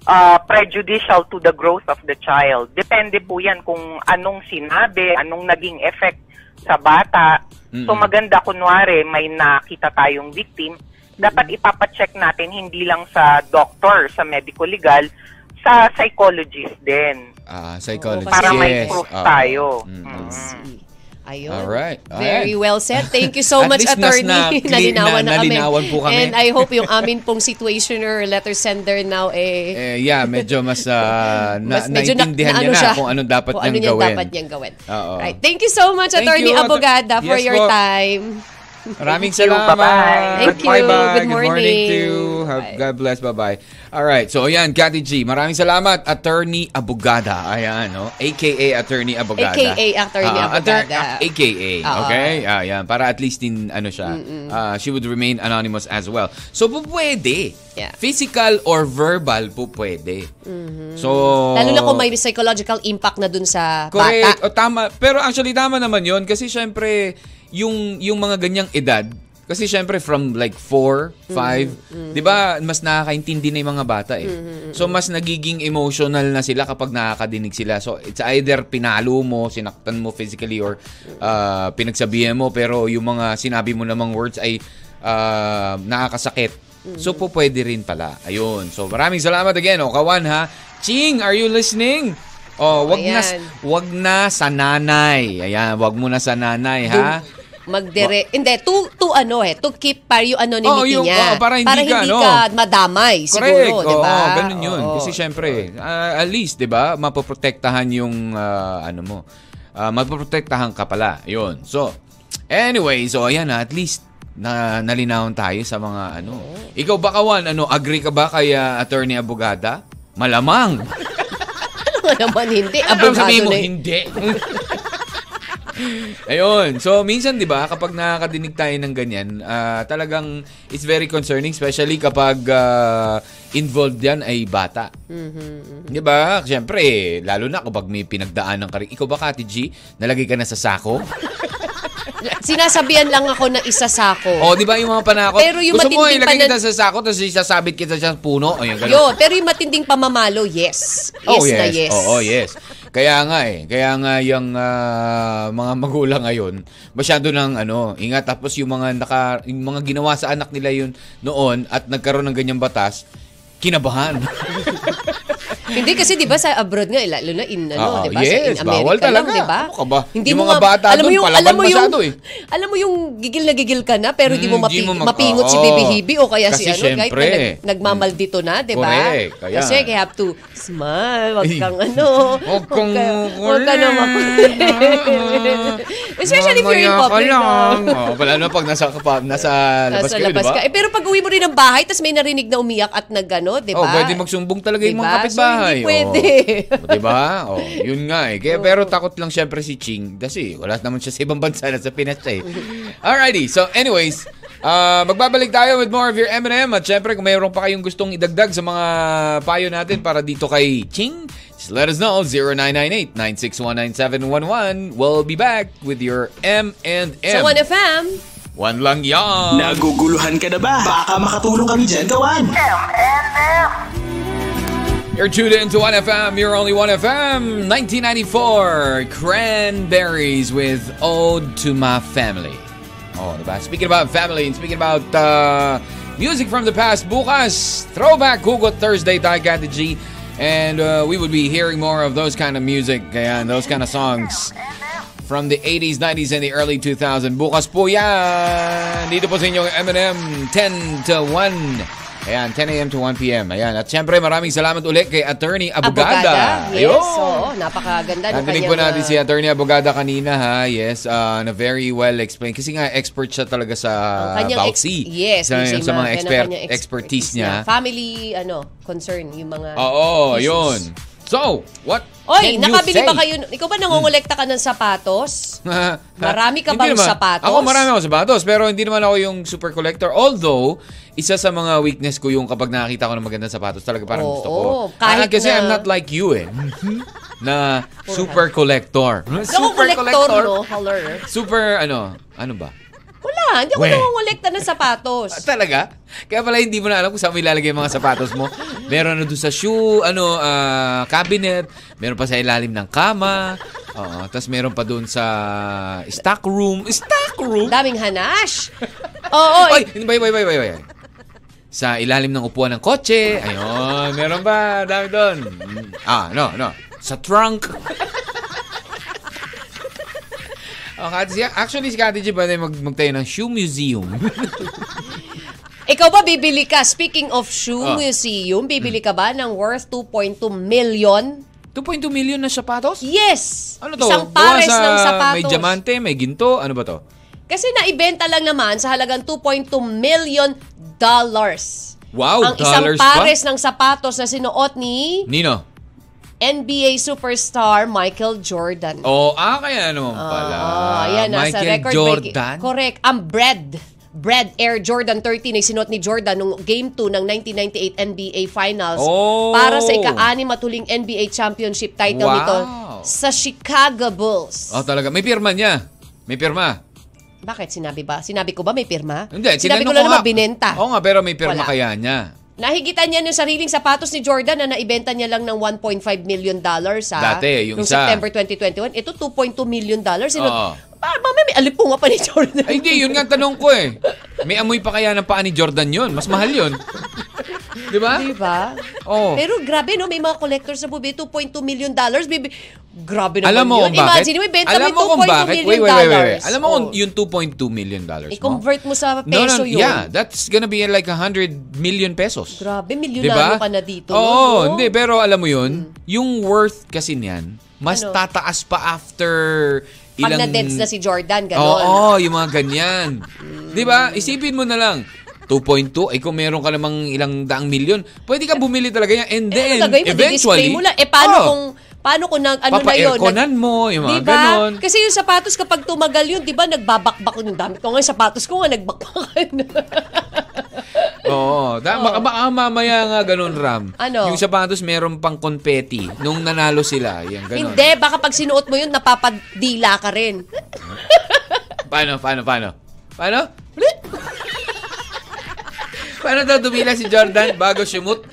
uh, prejudicial to the growth of the child. Depende po yan kung anong sinabi, anong naging effect sa bata. So maganda kunwari may nakita tayong victim, dapat ipapacheck natin hindi lang sa doctor, sa medico legal, sa psychologist din Ah, psychologist. kasi- para may Yes. proof Ah. tayo. Mm. Mm. See. Ayun. Alright, Very alright. well said. Thank you so At much, least nas- attorney. na- clear- nalinawan na, na- kami. nalinawan po kami. And I hope yung amin pong situationer letter sender now eh, Eh, yeah, medyo mas, ah, na, mas medyo na, naintindihan na, niya ano na siya, kung ano dapat kung niyang ano niyang gawin. dapat niyang gawin. Oo. Right. Thank you so much, Thank attorney you, Atty- Abogada, for Yes your po. time. Maraming Thank you. salamat. Bye-bye. Thank you. Bye-bye. Good morning to morning. you. Have, Bye. God bless. Bye-bye. Alright, so ayan, Cathy G. Maraming salamat. Attorney Abogada. Ayan, no? AKA Attorney Abogada. AKA Attorney Ah, Abogada. ah, AKA, Oo. okay? Ah, Ayan, para at least din, ano siya, ah, she would remain anonymous as well. So, po pwede. Yeah. Physical or verbal po pwede. So, Mm-hmm. Lalo na kung may psychological impact na dun sa bata. Correct. O, tama. Pero actually, tama naman yon Kasi syempre, yung, yung mga ganyang edad, kasi syempre from like 4, 5, Mm, di ba, mas nakakaintindi na yung mga bata eh. So, mas nagiging emotional na sila kapag nakakadinig sila. So, it's either pinalo mo, sinaktan mo physically or ah, pinagsabihan mo, pero yung mga sinabi mo namang words ay ah, nakakasakit. Mm. So, po pwede rin pala. Ayun. So, maraming salamat again. O, kawan ha. Ching, are you listening? Oh, wag na, Ayan. Wag na sa nanay. Ayan, wag mo na sa nanay, ha? Magdire... Hindi, to, to ano eh, to keep para yung anonymity Oo, yung- niya. oo, para hindi ka, ano. madamay, siguro, Correct. di ba? Oo, ganun yun. Oo. Kasi syempre, ah, at least, di ba, mapoprotektahan yung, ah, ano mo, Ah, mapoprotektahan ka pala. Yun. So, anyway, so ayan ha, at least, na nalinawan tayo sa mga ano. Ikaw ba kawan, ano, agree ka ba kay ah, Attorney Abogada? Malamang. Ano naman hindi? Ano Abogado sabihin mo, na yun. hindi. Ayun. So, minsan, di ba, kapag nakakadinig tayo ng ganyan, ah, talagang it's very concerning, especially kapag ah, involved yan ay bata. Mm-hmm. Di ba? Siyempre, eh, lalo na kapag may pinagdaanan ka rin. Ikaw ba, Kati G, nalagay ka na sa sako? Sinasabihan lang ako na isa sa ako. o, di ba yung mga panakot? Pero yung Gusto mo, matinding ilagay panan- kita sa sako, tapos isasabit kita sa puno. Ayun, ganun. Yo, pero yung matinding pamamalo, yes. Yes oh, yes. na yes. Oo, yes. Kaya nga eh. Kaya nga yung ah, mga magulang ngayon, masyado ng ano, ingat. Tapos yung mga, naka, yung mga ginawa sa anak nila yun noon at nagkaroon ng ganyang batas, kinabahan. Hindi kasi 'di ba sa abroad nga eh, lalo na in ano, Oo, 'di ba? Ah, sa yes, in America bawal talaga. lang, 'di ba? Ano ka ba? Hindi Yung mo mga nga- bata alam mo dun, yung, palaban alam mo yung, masyado eh. Alam mo yung gigil na gigil ka na pero hindi mo, Mm, mapi- di mo mag- mapingot si oo. Baby Hebe o kaya si Kasi ano, kahit syempre. na nag- nagmamaldito na, 'di ba? Correct, kaya. Kasi you have to smile, wag Ay. kang ano. Huwag kang Huwag ka na makulit. Especially if you're in Mamaya ka public. lang. no? Oo, pala na pag nasa, kapa, nasa labas Nasa kayo, di labas ba? ka. Eh, pero pag uwi mo rin ng bahay, tapos may narinig na umiyak at nagano, di ba? Oh, pwede magsumbong talaga yung mga Diba? kapitbahay. So, hindi pwede. Oh. diba? Oh, yun nga eh. Kaya, pero takot lang syempre si Ching kasi wala naman siya sa ibang bansa na sa Pinas siya eh. Alrighty. So anyways, Ah, magbabalik tayo with more of your M&M at syempre kung mayroon pa kayong gustong idagdag sa mga payo natin para dito kay Ching, just let us know 0998-9619711. We'll be back with your M&M. Sa 1FM, One lang yan. Naguguluhan ka na ba? Baka makatulong kami dyan gawan. You're tuned in to 1FM, you're only 1FM, 1994, Cranberries with Ode to My Family. Oh, diba? Speaking about family and speaking about uh, music from the past, bukas, Throwback Hugot Thursday, tayo Kati G. And uh, we will be hearing more of those kind of music and those kind of songs from the 80s, 90s, and the early 2000s. Bukas po yan! Dito po sa inyong M&M, 10 to 1. Ayan, 10 a.m. to 1 p.m. Ayan. At syempre, maraming salamat ulit kay Attorney Abogada. Abogada. Yes, oo. Napakaganda. ng Narinig kanyang, po natin ah, si Attorney Abogada kanina ha. Yes, ah, na very well explained. Kasi nga expert siya talaga sa Ang uh, kanyang ex- Bauxi. yes, sa, Lucy sa Mac, yan mga ang expert, kanyang expertise niya. Family, ano, concern, yung mga Oo, issues. yun. So, what Oy, can you nakabili say? Hmm. ba kayo? Ikaw ba nangongolekta ka ng sapatos? Marami ka Hindi bang naman. sapatos? Ako marami ako sapatos, pero hindi naman ako yung super collector. Although, isa sa mga weakness ko yung kapag nakakita ko ng magandang sapatos, talaga parang gusto ko. Oo, kahit Ah, kasi na- I'm not like you eh. na super collector. Ako kolektor, no? Holler. Super ano, ano ba? Wala, hindi ako Weh. nangongolekta ng sapatos. Ah, talaga? Kaya pala hindi mo na alam kung saan mo ilalagay yung mga sapatos mo. Meron na doon sa shoe, ano, ah, cabinet. Meron pa sa ilalim ng kama. Oo, tapos meron pa doon sa stock room. Stock room? Daming hanash. Oo, Oy, oy. hindi, bay, bay, bay, bay, bay. Sa ilalim ng upuan ng kotse. Ayun, meron ba? Dami doon. Mm, Ah, no, no. Sa trunk. Oh, Kati G- actually, si Kati G ba mag magtayo ng shoe museum? Ikaw ba bibili ka? Speaking of shoe Oh. museum, bibili ka ba ng worth 2.2 million? 2.2 million na sapatos? Yes! Ano to? Isang Gawa pares sa ng sapatos. May diamante, may ginto, ano ba to? Kasi naibenta lang naman sa halagang 2.2 million dollars. Ang isang Wow, Oh, dollars pa? pares ng sapatos na sinuot ni Nino? NBA superstar Michael Jordan. Oh, ah, kaya naman pala. Ah, yan, nasa Michael record breaking- Jordan? Correct. Ang bread. Bread Air Jordan 13 ay sinuot ni Jordan nung Game 2 ng 1998 NBA Finals Oh. para sa ika-anim at huling NBA Championship title Wow. nito sa Chicago Bulls. Oh, talaga. May pirma niya. May pirma. Bakit? Sinabi ba? Sinabi ko ba may pirma? Hindi, Sinabi tinanong ko lang nga. naman binenta. Oo nga, pero may pirma Wala. kaya niya. Nahigitan niya yung sariling sapatos ni Jordan na naibenta niya lang ng 1.5 million dollars ha. Dati, yung Noong isa. September 2021. Ito 2.2 million dollars. Sino, Oo. Pa- Mami, may alipunga pa ni Jordan. Ay, hindi. Yun nga ang tanong ko eh. May amoy pa kaya ng paa ni Jordan yun? Mas mahal yun. Di ba? Di ba? Oo. Pero grabe no, may mga collectors na bubi 2.2 million dollars. Bibi, grabe naman Alam mo yun. kung bakit? Imagine, may benta Alam may mo kung 2.2 bakit? million Wait, wait, wait, wait, dollars. wait. Alam mo kung Oh. yung 2.2 million dollars mo? I-convert mo sa No, no, peso yun. Yeah, that's gonna be like 100 million pesos. Grabe, Diba? milyonaryo ka na dito. Oo, no? Hmm. hindi. Pero alam mo yun, yung worth kasi niyan, mas Ano? tataas pa after Pag ilang... na-dense na si Jordan, Oo, gano'n. Eh, yung mga ganyan. Di ba? Isipin mo na lang, 2.2, ay kung meron ka namang ilang daang milyon, pode ka bumili talaga yan. And then, eh, ano gagawin mo? Di-display eventually, mo lang. Eh, paano oh, kung, paano kung nag, ano na yun? Papa-airconan mo, yung mga diba? ganon. Kasi yung sapatos, kapag tumagal yun, di ba, nagbabakbak yung dami ko nga, yung sapatos ko nga, nagbakbak. Oo. Da, baka, baka mamaya nga ganun, Ram. Ano? Yung sapatos meron pang confetti nung nanalo sila. Yan, ganun. Hindi, baka pag sinuot mo yun, napapadila ka rin. Paano, paano, paano? Paano? Ulit? paano daw dumila si Jordan bago sumut?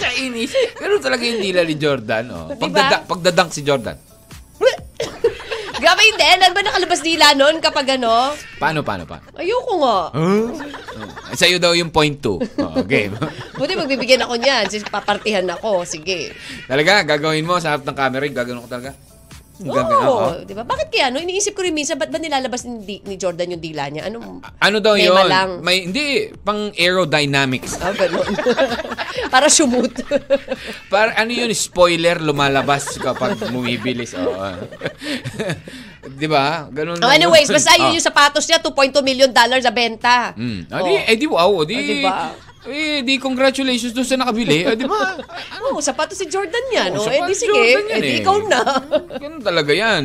Kainis. Ganun talaga yung dila ni Jordan. Oh. Diba? Pagdada- pagdadunk si Jordan. Grabe hindi. Ano ba nakalabas nila noon kapag ano? Paano, paano, paano? Ayoko nga. Oh, Sa'yo daw yung point two. Oh, game. Buti magbibigyan ako niyan. Sis, Papartihan ako. Sige. talaga, gagawin mo sa harap ng camera, gagawin ko talaga. Oo. Gagawin, oh. di ba? Bakit kaya no? Iniisip ko rin minsan, ba't ba nilalabas ni, di- ni Jordan yung dila niya? Anong... Ano daw May yun? malang. May, hindi, pang aerodynamics. Ah, ganun. Para sumut. Para ano yun, spoiler lumalabas kapag bumibilis. Oo. 'Di ba? Ganun. oh, lang anyways, yun. basta yun Ah. yung sapatos niya, 2.2 million dollars na benta. Mm. Ah, Oh. di, eh di wow, di. Ah, di ba? Eh di congratulations doon sa nakabili. Ah, di ba? Oo, Oh, sapatos si Jordan yan. Oh, Oo, eh di sapatos sige. Jordan yan Eh di eh. ikaw na. Ganun talaga 'yan.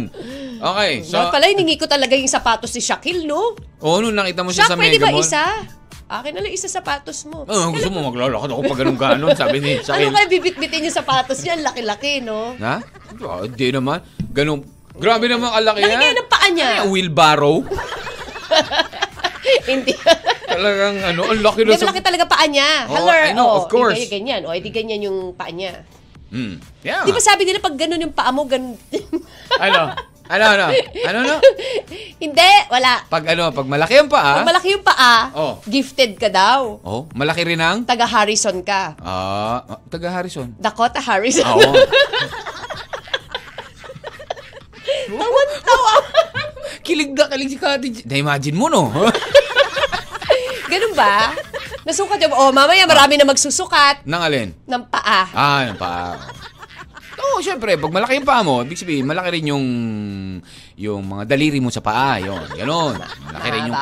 Okay, so... Dapat pala, hiningi ko talaga yung sapatos ni Shaquille, no? Oo, nung nakita mo siya Shaq, sa pwede ba Mega Mall. isa? Akin na lang isa sapatos mo. Oh, gusto mo maglalakad ako pag ganun ganon, sabi ni ano Shaquille. kaya bibitbitin yung sapatos niya? Ang Laki-laki, no? Ha? Oh, Hindi naman. Ganun. Grabe naman kalaki Laki kaya ng paa niya. Ano yan, wheelbarrow? Hindi. Talagang ano, ang laki Hindi na malaki talaga paa niya. Oh, Hello. I know, oh, of course. Hindi kaya ganyan. O, hindi ganyan yung paa niya. Hmm. Yeah. Di ba sabi nila pag ganun yung paa mo, ganun. ano? Ano, ano? Ano, ano? hindi, wala. Pag ano, pag malaki ang paa, Pag malaki yung paa, Oh. gifted ka daw. oh, malaki rin ang, Taga Harrison ka. ah, ah, taga Harrison. Dakota Harrison. Ah, Oo. Tawan-tawa. kilig na kilig si Kati. J- Na-imagine mo, no? ganun ba? Nasukat yung, oh, mamaya marami na magsusukat Nang alin? ng paa. Ah, yung paa. Oo, syempre, pag malaki yung paa mo, ibig sabihin, malaki rin yung yung mga daliri mo sa paa, yun, ganun. Malaki rin yung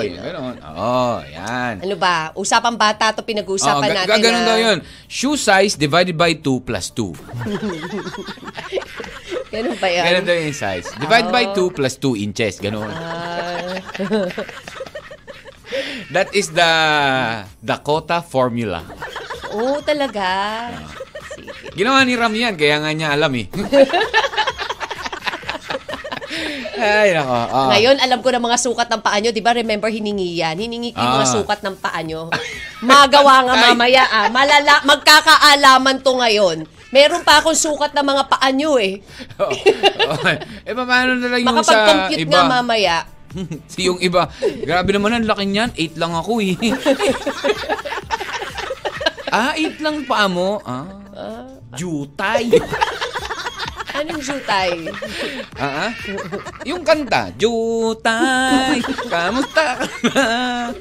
Mahaba-haba din, yun, ganun. Oo, yan. Ano ba? Usapang bata to Oo, pinag-uusapan ga- natin. ga- ganun ah. daw yun. Shoe size divided by 2 plus 2. Ganun ba yan? Ganun daw yung size. Divide Oh. by 2 plus 2 inches, ganun. Ah, That is the Dakota formula. oo, talaga. Sige. Ginawa ni Ram yan, kaya nga niya alam eh. Ay, nako. Ah. oo. Ngayon, alam ko na mga sukat ng paa nyo. Di ba, remember, hiningi yan. Hiningi ko yung mga Ah. sukat ng paa nyo. Magawa nga Ay. mamaya, ah. Malala, magkakaalaman to ngayon. Meron pa akong sukat ng mga paa nyo, eh. Oo. Oo. Oh. eh, paano na lang yung sa Makapag-compute iba? nga mamaya. si yung iba. Grabe naman ang laki niyan. Eight lang ako eh. ah, eight lang pa mo? Ah. Jutay. Anong jutay? ah, ah. Yung kanta. Jutay. Kamusta ka na?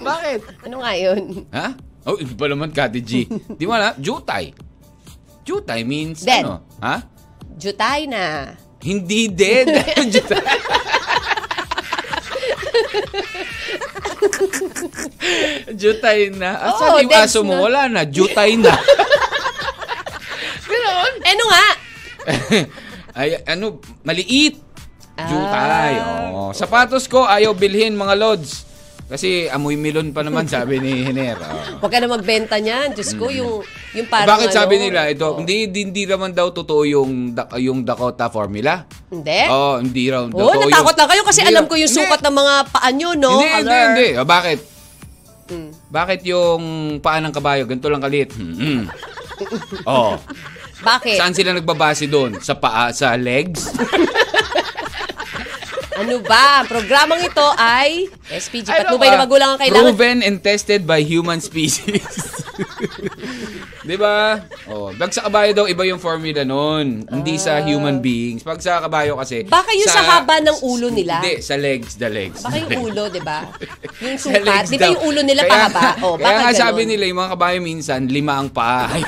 Bakit? Ano nga yun? Ha? Oh, iba pa naman, Kati G. Di mo alam? Jutay. Jutay means Dead. ano? Ha? Jutay na. Hindi dead. Jutay. Jutay na. Oo, Asan yung dead aso mo? na. Wala na. Jutay na. Eh, ano nga? Ay, ano, maliit. Jutay. Ah. Oo. Sapatos ko, ayaw bilhin mga lods. Kasi amoy milon pa naman, sabi ni Hiner. Oo. Huwag ka na magbenta niyan. Diyos ko, yung, yung parang Mm. Bakit ano, sabi nila ito? oh. Hindi, hindi, hindi naman daw totoo yung, Dak- yung Dakota formula. Hindi? Oo, hindi Eh? raw Oo, Oh, totoo natakot lang kayo kasi Hindi alam raw- ko yung Hindi. sukat ng mga paa nyo, no? hindi, hindi, Color. hindi. O, bakit? Mm. Bakit yung paa ng kabayo, ganito lang kalit? Mm-mm. Oo. Bakit? Saan sila nagbabase doon? Sa paa, sa legs? Ano ba? Ang programang ito ay SPG. Patnubay na Ano ba? magulang ang kailangan. Proven and tested by human species. Di ba? Oh, pag sa kabayo daw, iba yung formula nun. Hindi sa human beings. Pag sa kabayo kasi... Ah. Baka yun sa haba ng ulo nila. Hindi, sa legs, the legs. Baka yung ulo, di ba? Yung Sa legs sukat. Di ba daw. yung ulo nila Kaya- pahaba? O, kaya baka nga sabi ganun. nila, yung mga kabayo minsan, lima ang paa.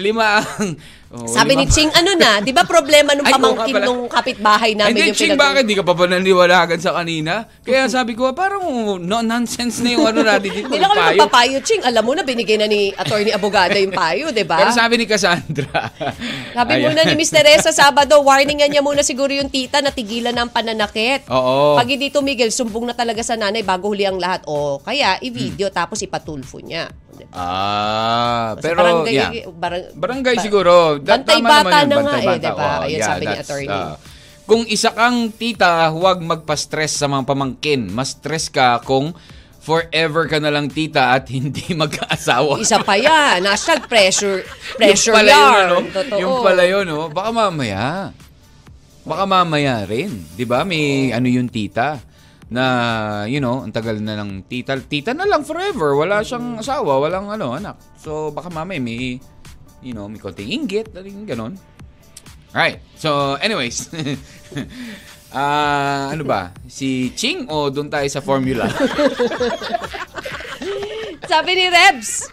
lima ang... oh, Sabi lima ni pa- Ching, ano na, di ba problema nung Ay, oo nga pamangkin pala. nung kapitbahay And namin then, yung Ching, pinag- bakit di ka pa ba naniwalagan sa kanina? Kaya sabi ko, parang oh, no, nonsense na yung ano natin dito. Hindi lang kami payo. magpapayo, Ching. Alam mo na, binigay na ni attorney abogado yung payo, di ba? Pero sabi ni Cassandra. Sabi Ayan. muna ni Miss Teresa Sabado, warningan niya muna siguro yung tita na tigilan ng pananakit. Oo. Pag hindi tumigil, sumbong na talaga sa nanay bago huli ang lahat. O kaya, i-video Hmm. tapos ipatulfo niya. Ah, Sa pero yeah. barang- Barangay ba- siguro. Da- Bantay tama naman bata yun, na nga bantay eh, bata. di ba? Oo, Ayun yeah, sabi ni that's, attorney. ah. kung isa kang tita, huwag magpa-stress sa mga pamangkin. Mas stress ka kung forever ka na lang tita at hindi magkaasawa. Isa pa yan. Hashtag pressure, pressure pala yun, yarn. ano? Totoo. Yung pala yun, oh. Baka mamaya. Baka mamaya rin. Di ba? May ano yung tita na, you know, ang tagal na ng tita. Tita na lang forever. Wala siyang asawa, walang ano, anak. So, baka mamaya may, you know, may konting inggit. Daling ganon. Alright. So, anyways. Ah, ano ba? Si Ching o doon tayo sa formula? Sabi ni Rebs,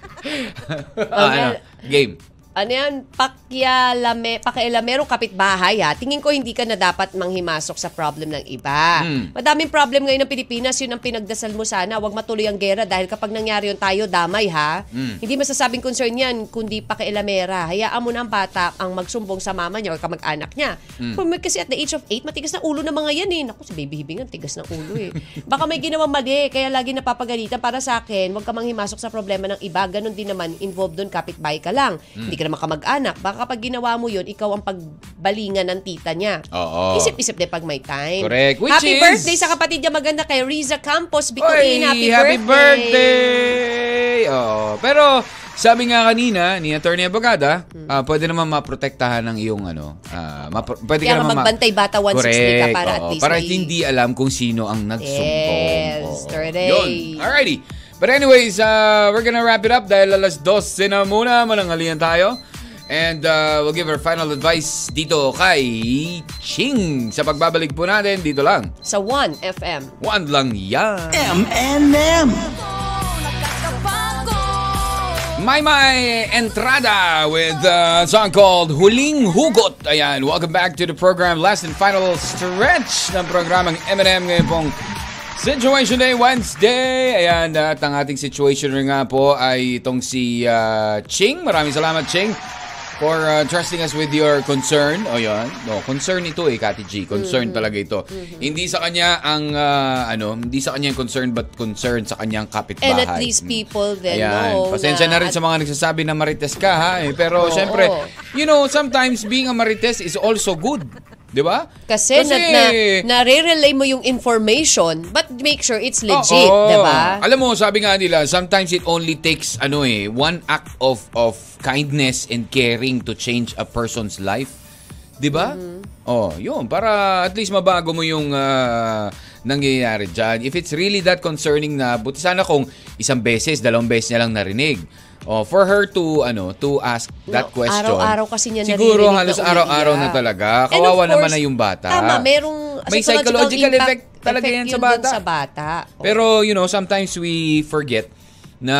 Ah, ano? Game. ano yan, pak pakialame, pakialamero kapitbahay ha, tingin ko hindi ka na dapat manghimasok sa problem ng iba. Mm. Madaming problem ngayon ng Pilipinas, yun ang pinagdasal mo sana. Huwag matuloy ang gera dahil kapag nangyari yun tayo, damay ha. Mm. Hindi masasabing concern yan, kundi pakialamera. Hayaan mo na ang bata ang magsumbong sa mama niya or kamag-anak niya. Mm. Kung- Kasi at the age of 8, matigas na ulo ng mga yan eh. Naku, si baby hibing ang tigas ng ulo eh. Baka may ginawang mali, kaya lagi napapagalitan. Para sa akin, huwag ka manghimasok sa problema ng iba. Ganon din naman, involved doon, kapitbahay ka lang. Mm. Hindi ka naman kamag-anak. Baka kapag ginawa mo yun, ikaw ang pagbalingan ng tita niya. Oo. Isip-isip din pag may time. Correct. Which Happy is- birthday sa kapatid niya maganda kay Riza Campos Oy, Bicuin. Happy, birthday! Oo. pero sabi nga kanina ni Attorney Abogada, Hmm. ah, pwede naman maprotektahan ng iyong ano, ah, mapro- pwede Kaya ka nga naman ma- magbantay bata 160 ka Correct, para oo. at least Para may- hindi alam kung sino ang nagsumbong. Yes, Oo. correct. Yun. Alrighty. But anyways, ah, we're gonna wrap it up dahil alas 12 na muna. Manangalian tayo. And ah, we'll give our final advice dito kay Ching. Sa pagbabalik po natin, dito lang. Sa 1FM. One lang yan. M&M. My My Entrada with uh, a song called Huling Hugot. Ayan, welcome back to the program. Last and final stretch ng programang M&M ngayon pong Situation Day Wednesday. Ayan, at ang ating situation rin nga po ay itong si uh, Ching. Maraming salamat, Ching, for uh, trusting us with your concern. O yan, no, concern ito eh, Kati G. Concern talaga ito. Hindi sa kanya ang, uh, ano, hindi sa kanya yung concern, but concern sa kanyang And kapitbahay. Mm. at least people then Ayan. know Pasensya na, rin sa mga nagsasabi na marites ka ha. Eh, pero syempre, you know, sometimes being a marites is also good. Di ba? Kasi, na, na, nare-relay mo yung information but make sure it's legit, diba? Oo. di ba? Alam mo, sabi nga nila, sometimes it only takes ano eh, one act of of kindness and caring to change a person's life. 'Di ba? Mm-hmm. Oh, 'yun para at least mabago mo yung ah, nangyayari dyan. If it's really that concerning na buti sana kung isang beses, dalawang beses niya lang narinig. Oh, for her to ano, to ask No, that question. araw-araw kasi niya Siguro naririnig na halos umiiyak. araw-araw na talaga. And of Kawawa naman course, na yung bata. Tama, merong May psychological, impact, effect talaga yan yun sa dun bata. Sa bata. Oo. Pero you know, sometimes we forget na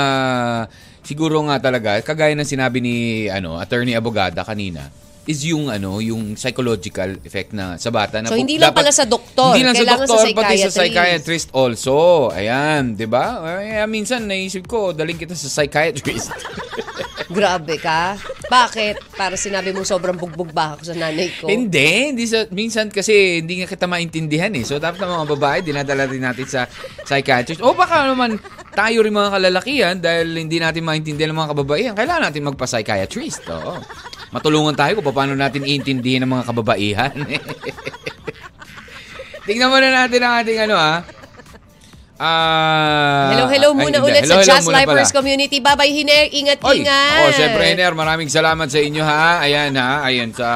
siguro nga talaga kagaya ng sinabi ni ano, Attorney Abogada kanina is yung ano, yung psychological effect na sa bata na So, pu- hindi lang pala sa doktor. Hindi lang sa Kailangan sa doktor, pati sa psychiatrist. psychiatrist also. Ayan, 'di ba? Ay, minsan naisip ko, daling kita sa psychiatrist. Grabe ka. Bakit? Para sinabi mo sobrang bugbog ba ako sa nanay ko? Hindi, hindi sa, minsan kasi hindi nga kita maintindihan eh. So dapat ang mga babae, dinadala rin natin sa psychiatrist. O baka naman tayo rin mga kalalakihan dahil hindi natin maintindihan ng mga kababaihan. Kailangan natin magpa-psychiatrist. Oo. Matulungan tayo kung paano natin iintindihan ng mga kababaihan. Tingnan muna natin ang ating ano ha. Ah, hello, hello ay, muna hindi. ulit Hello, sa hello Jazz muna pala. Lifers Community. Babay Hiner, ingat-ingat. Oy, ako, syempre, Hiner, maraming salamat sa inyo, ha? Ayan, ha? Ayan, sa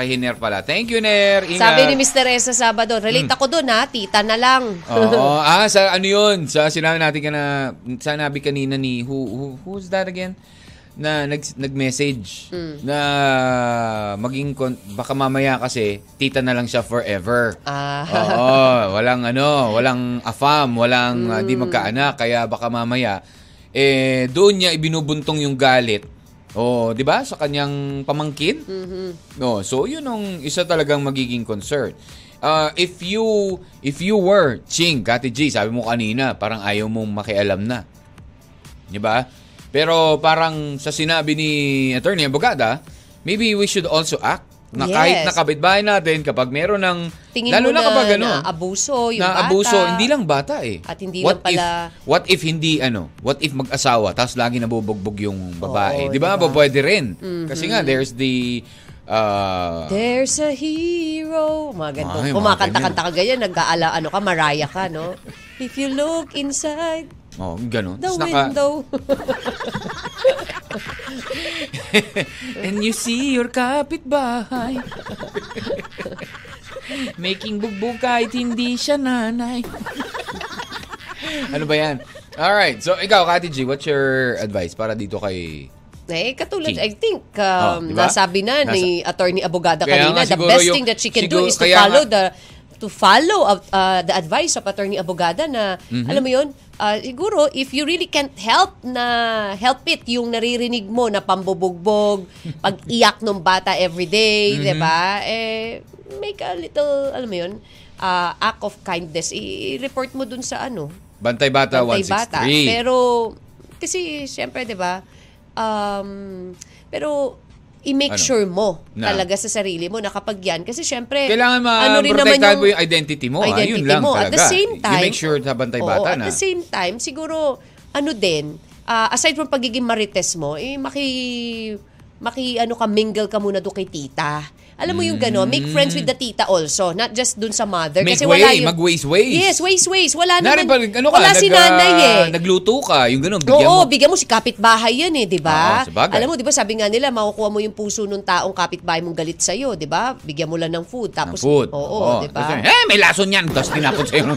kay Hiner pala. Thank you, Hiner. Ingat. Mm. Sabi ni Mr. Esa Sabado, relate ako doon ha, tita na lang. Oo. ah, sa ano yun? Sa sinabi natin ka na, sa nabi kanina ni, who, who who's that again? Na nag, nag-message Mm. na maging, con- baka mamaya kasi, tita na lang siya forever. Ah. Oo. Walang ano, walang afam, walang ah, di magkaanak. Kaya baka mamaya, eh, doon niya ibinubuntong yung galit. Oh, 'di ba? Sa kanyang pamangkin? No, so 'yun ang isa talagang magiging concern. Uh, if you if you were Ching, Kati G, sabi mo kanina, parang ayaw mong makialam na. 'Di ba? Pero parang sa sinabi ni Attorney Abogada, maybe we should also act na Yes. kahit nakabitbahay natin kapag meron ng Tingin mo lalo na kapag ano, na abuso yung bata. na abuso, hindi lang bata eh. At hindi what lang pala- If, what if hindi ano, what if mag-asawa tapos lagi nabubugbog yung babae. Oo, di ba? diba? Pwede rin. Kasi nga, there's the... Uh, There's a hero. Mga ganito. Ay, mga Kumakanta-kanta ka ganyan, nag-aala, ano ka, maraya ka, no? If you look inside oh, ganun. the Tapos window. And you see your kapitbahay. Making bugbog kahit hindi siya nanay. ano ba yan? Alright, so ikaw, Kati G, what's your advice para dito kay eh, katulad, King. I think, um, Oh, diba? nasabi na ni Attorney Abogada Kaya kanina, nga, the siguro best yung- thing that she can do siguro- is to kaya follow nga- the to follow uh, uh, the advice of Attorney Abogada na, Mhm. alam mo yun, uh, siguro, if you really can't help na help it yung naririnig mo na pambubugbog, pag-iyak ng bata everyday, day, di Mhm. ba? Eh, make a little, alam mo yun, uh, act of kindness. I- I-report mo dun sa ano, Bantay Bata Bantay 163. bata. Pero, kasi, syempre, di ba, um, pero, i-make Ano? sure mo Na. talaga sa sarili mo na kapag yan. Kasi syempre, Kailangan Ano ma-protectahan mo yung identity mo. ah. Yun lang mo. At talaga. the same You time, make sure na bantay oo, bata at na. the same time, siguro, ano din, ah, aside from pagiging marites mo, eh, maki, maki, ano ka, mingle ka muna doon kay tita. Alam mo yung gano'n, make friends with the tita also, not just dun sa mother. Make kasi way, wala yung, mag-ways-ways. Yes, ways-ways. Wala Nari naman, pa, ano ka, wala si nag, ah, nanay eh. Nagluto ka, yung ganun, bigyan Oo, mo. bigyan mo si kapitbahay yan eh, di ba? Oo, sabagay. Alam mo, di ba sabi nga nila, makukuha mo yung puso ng taong kapitbahay mong galit sa'yo, di ba? Bigyan mo lang ng food. Ng Tapos, food. Oo, di Tapos, ba? Eh, Eh, may lason yan. Tapos tinapon sa'yo.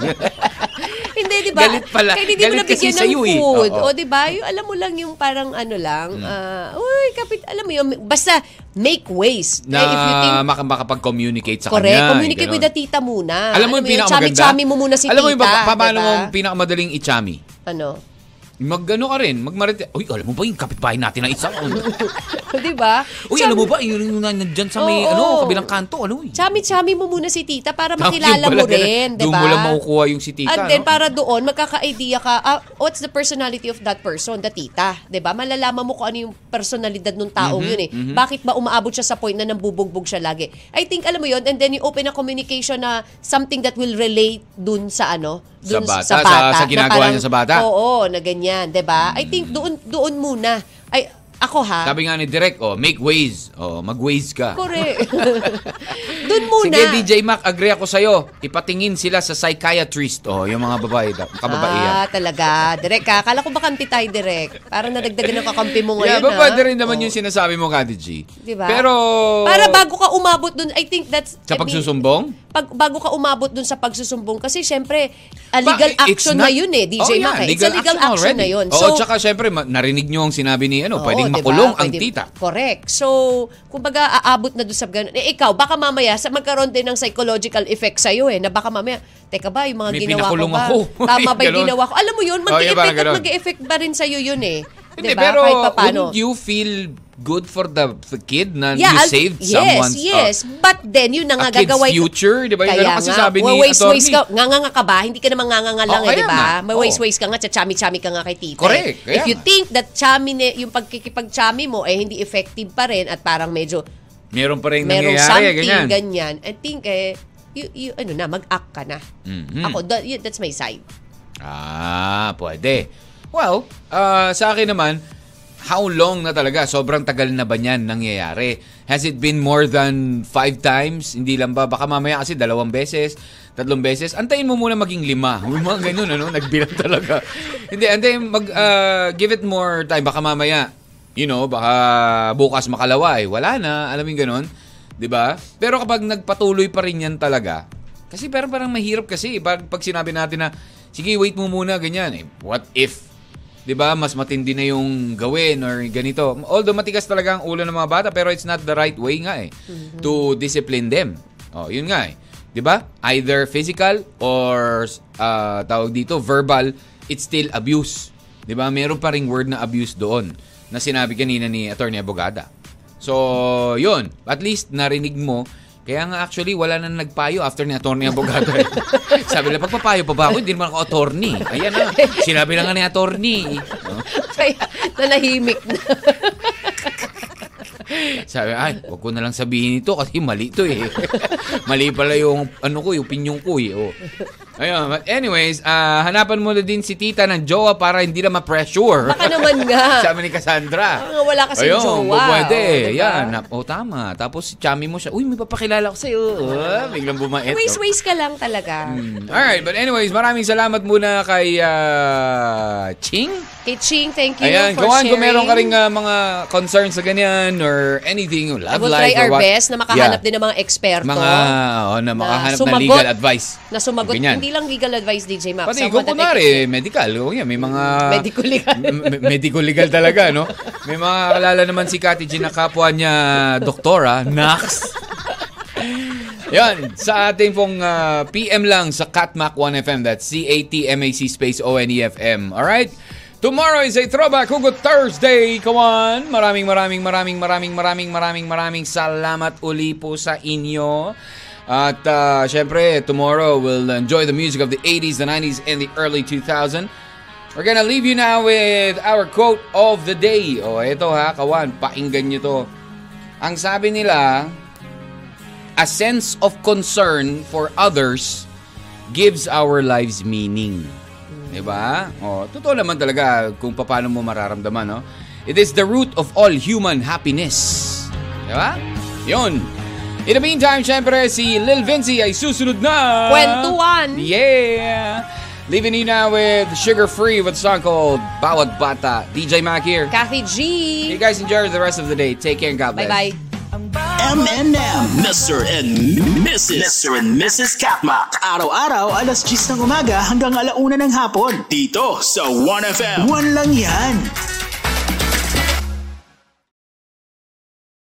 hindi, di ba? Galit pala. Kaya hindi mo Galit na kasi bigyan ng sa'yo eh. food. Oo. Mm. O, di ba? Yung, alam mo lang yung parang ano lang, ah, uy, kapit, alam mo yun, basta make ways. na Eh, if you think, maka- makapag-communicate sa correct, kanya. communicate ganun. with the tita muna. Alam mo yung yun, pinakamaganda? Chami-chami mo muna si Alam mo tita. yung pa- paano di mo ba? pinakamadaling i-chami? Ano? Magano ka rin, magmarite. Uy, alam mo ba yung kapitbahay natin na isa? Uy, di ba? alam mo ba yung yung nandyan sa Oo. may, ano, kabilang kanto, ano eh. Chami-chami mo muna si tita para Tama, makilala yun mo pala talaga. rin, di ba? Doon mo lang makukuha yung si tita, And then no? para doon, magkaka-idea ka, ah, what's the personality of that person, the tita, di ba? Malalaman mo kung ano yung personalidad ng taong Mm-hmm, yun eh. Bakit ba umaabot siya sa point na nambubugbog siya lagi? I think, alam mo yun, and then you open a communication na something that will relate dun sa ano, Sa dun bata, sa- sa na ginagawa parang, niya sa bata. Mm. Oo, na ganyan, di ba? I think doon, doon muna. Ay, ako ha, Sabi nga ni Direk, oh, make ways. Oh, mag-ways ka. Correct. doon muna. Sige, DJ Mac, agree ako sa'yo. Ipatingin sila sa psychiatrist. Oh, yung mga babae, da- kababae yan. Ah, talaga. Direk ka. Akala ko bakampi tayo direk. Parang nadagdagan ang kakampi mo ngayon. Yeah, ha? babada rin naman Oo. yung sinasabi mo, Kati G. Oh. Diba? Pero... Para bago ka umabot dun, I think that's... I Sa mean, pagsusumbong? Pag, bago ka umabot dun sa pagsusumbong kasi syempre, a Ah, legal Ba- it's action not- Oh, na yun eh, DJ yeah, Mac. eh. It's a legal action, already. na yun. Oo, tsaka syempre, ma- narinig nyo ang sinabi ni ano, Oo, pwedeng diba? makulong ang Pwede- tita. Correct. So, kumbaga, aabot na doon sa ganun. Eh, ikaw, baka mamaya, sa magkaroon din ng psychological effect sa'yo eh, na baka mamaya, teka ba, yung mga May ginawa ko pinakulong ba? ako. Tama ba yung Ganun. ginawa ko? Alam mo yun, Oo, yun, parang mag-effect at ganun. mag-effect ba rin sa'yo yun eh. Hindi, Diba? pero Kahit papano. wouldn't you feel good for the, the kid na Yeah, you I'll- saved yes, someone's uh, oh, Yes, but then yun na nga a kid's gagawin. future, di ba? Yung ganun kasi sabi ni ways, ways attorney. ka, nganganga ka ba? Hindi ka naman nganganga lang Oh, eh, kaya di ba? nga. May Oo. ways ways ka nga, tsachami-chami ka nga kay tita. eh. Correct, kaya If you nga. think that chami ni, yung pagkikipag-chami mo, eh hindi effective pa rin at parang medyo meron pa rin merong nangyayari, something, ganyan. ganyan. I think eh, you, you, ano na, mag-act ka na. Mhm. Ako, that- yun, that's my side. Ah, pwede. Well, ah, sa akin naman, how long na talaga? Sobrang tagal na ba niyan nangyayari? Has it been more than five times? Hindi lang ba? Baka mamaya kasi dalawang beses, tatlong beses. Antayin mo muna maging lima. Yung mga ganun, ano? Nagbilang talaga. Hindi, antayin, mag, ah, give it more time. Baka mamaya, you know, baka bukas makalaway. Wala na, alam mo yung ganun. 'Di ba? Pero kapag nagpatuloy pa rin yan talaga, kasi parang parang mahirap kasi eh, pag, pag sinabi natin na sige wait mo muna ganyan eh. What if 'di ba mas matindi na yung gawin or ganito. Although matigas talaga ang ulo ng mga bata pero it's not the right way nga eh to discipline them. Oh, yun nga eh. 'Di ba? Either physical or ah, tawag dito verbal, it's still abuse. 'Di ba? Meron pa ring word na abuse doon na sinabi kanina ni Attorney Abogada. So, yun. At least narinig mo. Kaya nga actually, wala na nagpayo after ni Atty. Abogado. eh. Sabi nila, pagpapayo pa ba ako? Hindi naman ako attorney. Ayan na. Sinabi na nga ni attorney. No? Kaya, nanahimik na. Sabi, ay, wag ko na lang sabihin ito kasi mali ito eh. mali pala yung, ano ko, yung opinion ko eh. Oh. Ayun, but anyways, ah, hanapan mo na din si tita ng jowa para hindi na ma-pressure. Baka naman nga. Sabi ni Cassandra. Baka nga wala kasing Ayun, jowa. Pwede. Oh, diba? Yan. nap- Oh, tama. Tapos si Chami mo siya. Uy, may papakilala ko sa'yo. Oh, biglang bumait. ways no? ways ka lang talaga. Mm. Alright, but anyways, maraming salamat muna kay ah, Ching. Kay Ching, thank you Ayan, for gawan sharing. kung meron ka rin ah, mga concerns sa ganyan or anything, love we'll life try or our what. best na makahanap Yeah. din ng mga eksperto. Mga, oh, na makahanap ng sumagot- legal advice. Na sumagot, Ganyan. hindi lang legal advice, DJ Max. Pati Someone kung that kunwari, medical. Oh, yeah, may mga... Medical legal. M- m- medical legal talaga, no? May mga kalala naman si Kati G na kapwa niya doktora, Nax. Yan, sa ating pong ah, PM lang sa Catmac 1FM. That's C-A-T-M-A-C space E O-N-E-F-M. Alright? Tomorrow is a Throwback Hugot Thursday. Come on! Maraming, maraming, maraming, maraming, maraming, maraming, maraming salamat uli po sa inyo. At ah, syempre, tomorrow we'll enjoy the music of the 80s, the 90s, and the early 2000. We're gonna leave you now with our quote of the day. O, ito ha, kawan, pakinggan nyo to. Ang sabi nila, a sense of concern for others gives our lives meaning. Diba? O, totoo naman talaga kung paano mo mararamdaman, no? It is the root of all human happiness. Diba? Yun. In the meantime, syempre, si Lil Vinci ay susunod na. Kwentuhan. Yeah! Leaving you now with Sugar Free with a song called Bawat Bata. DJ Mac here. Kathy G. You guys enjoy the rest of the day. Take care and God bless. Bye-bye. M&M. Mr. and Mrs. Mr. and Mrs. Katmak. Araw-araw, alas 10 ng umaga hanggang alauna ng hapon. Dito sa 1FM. One lang yan.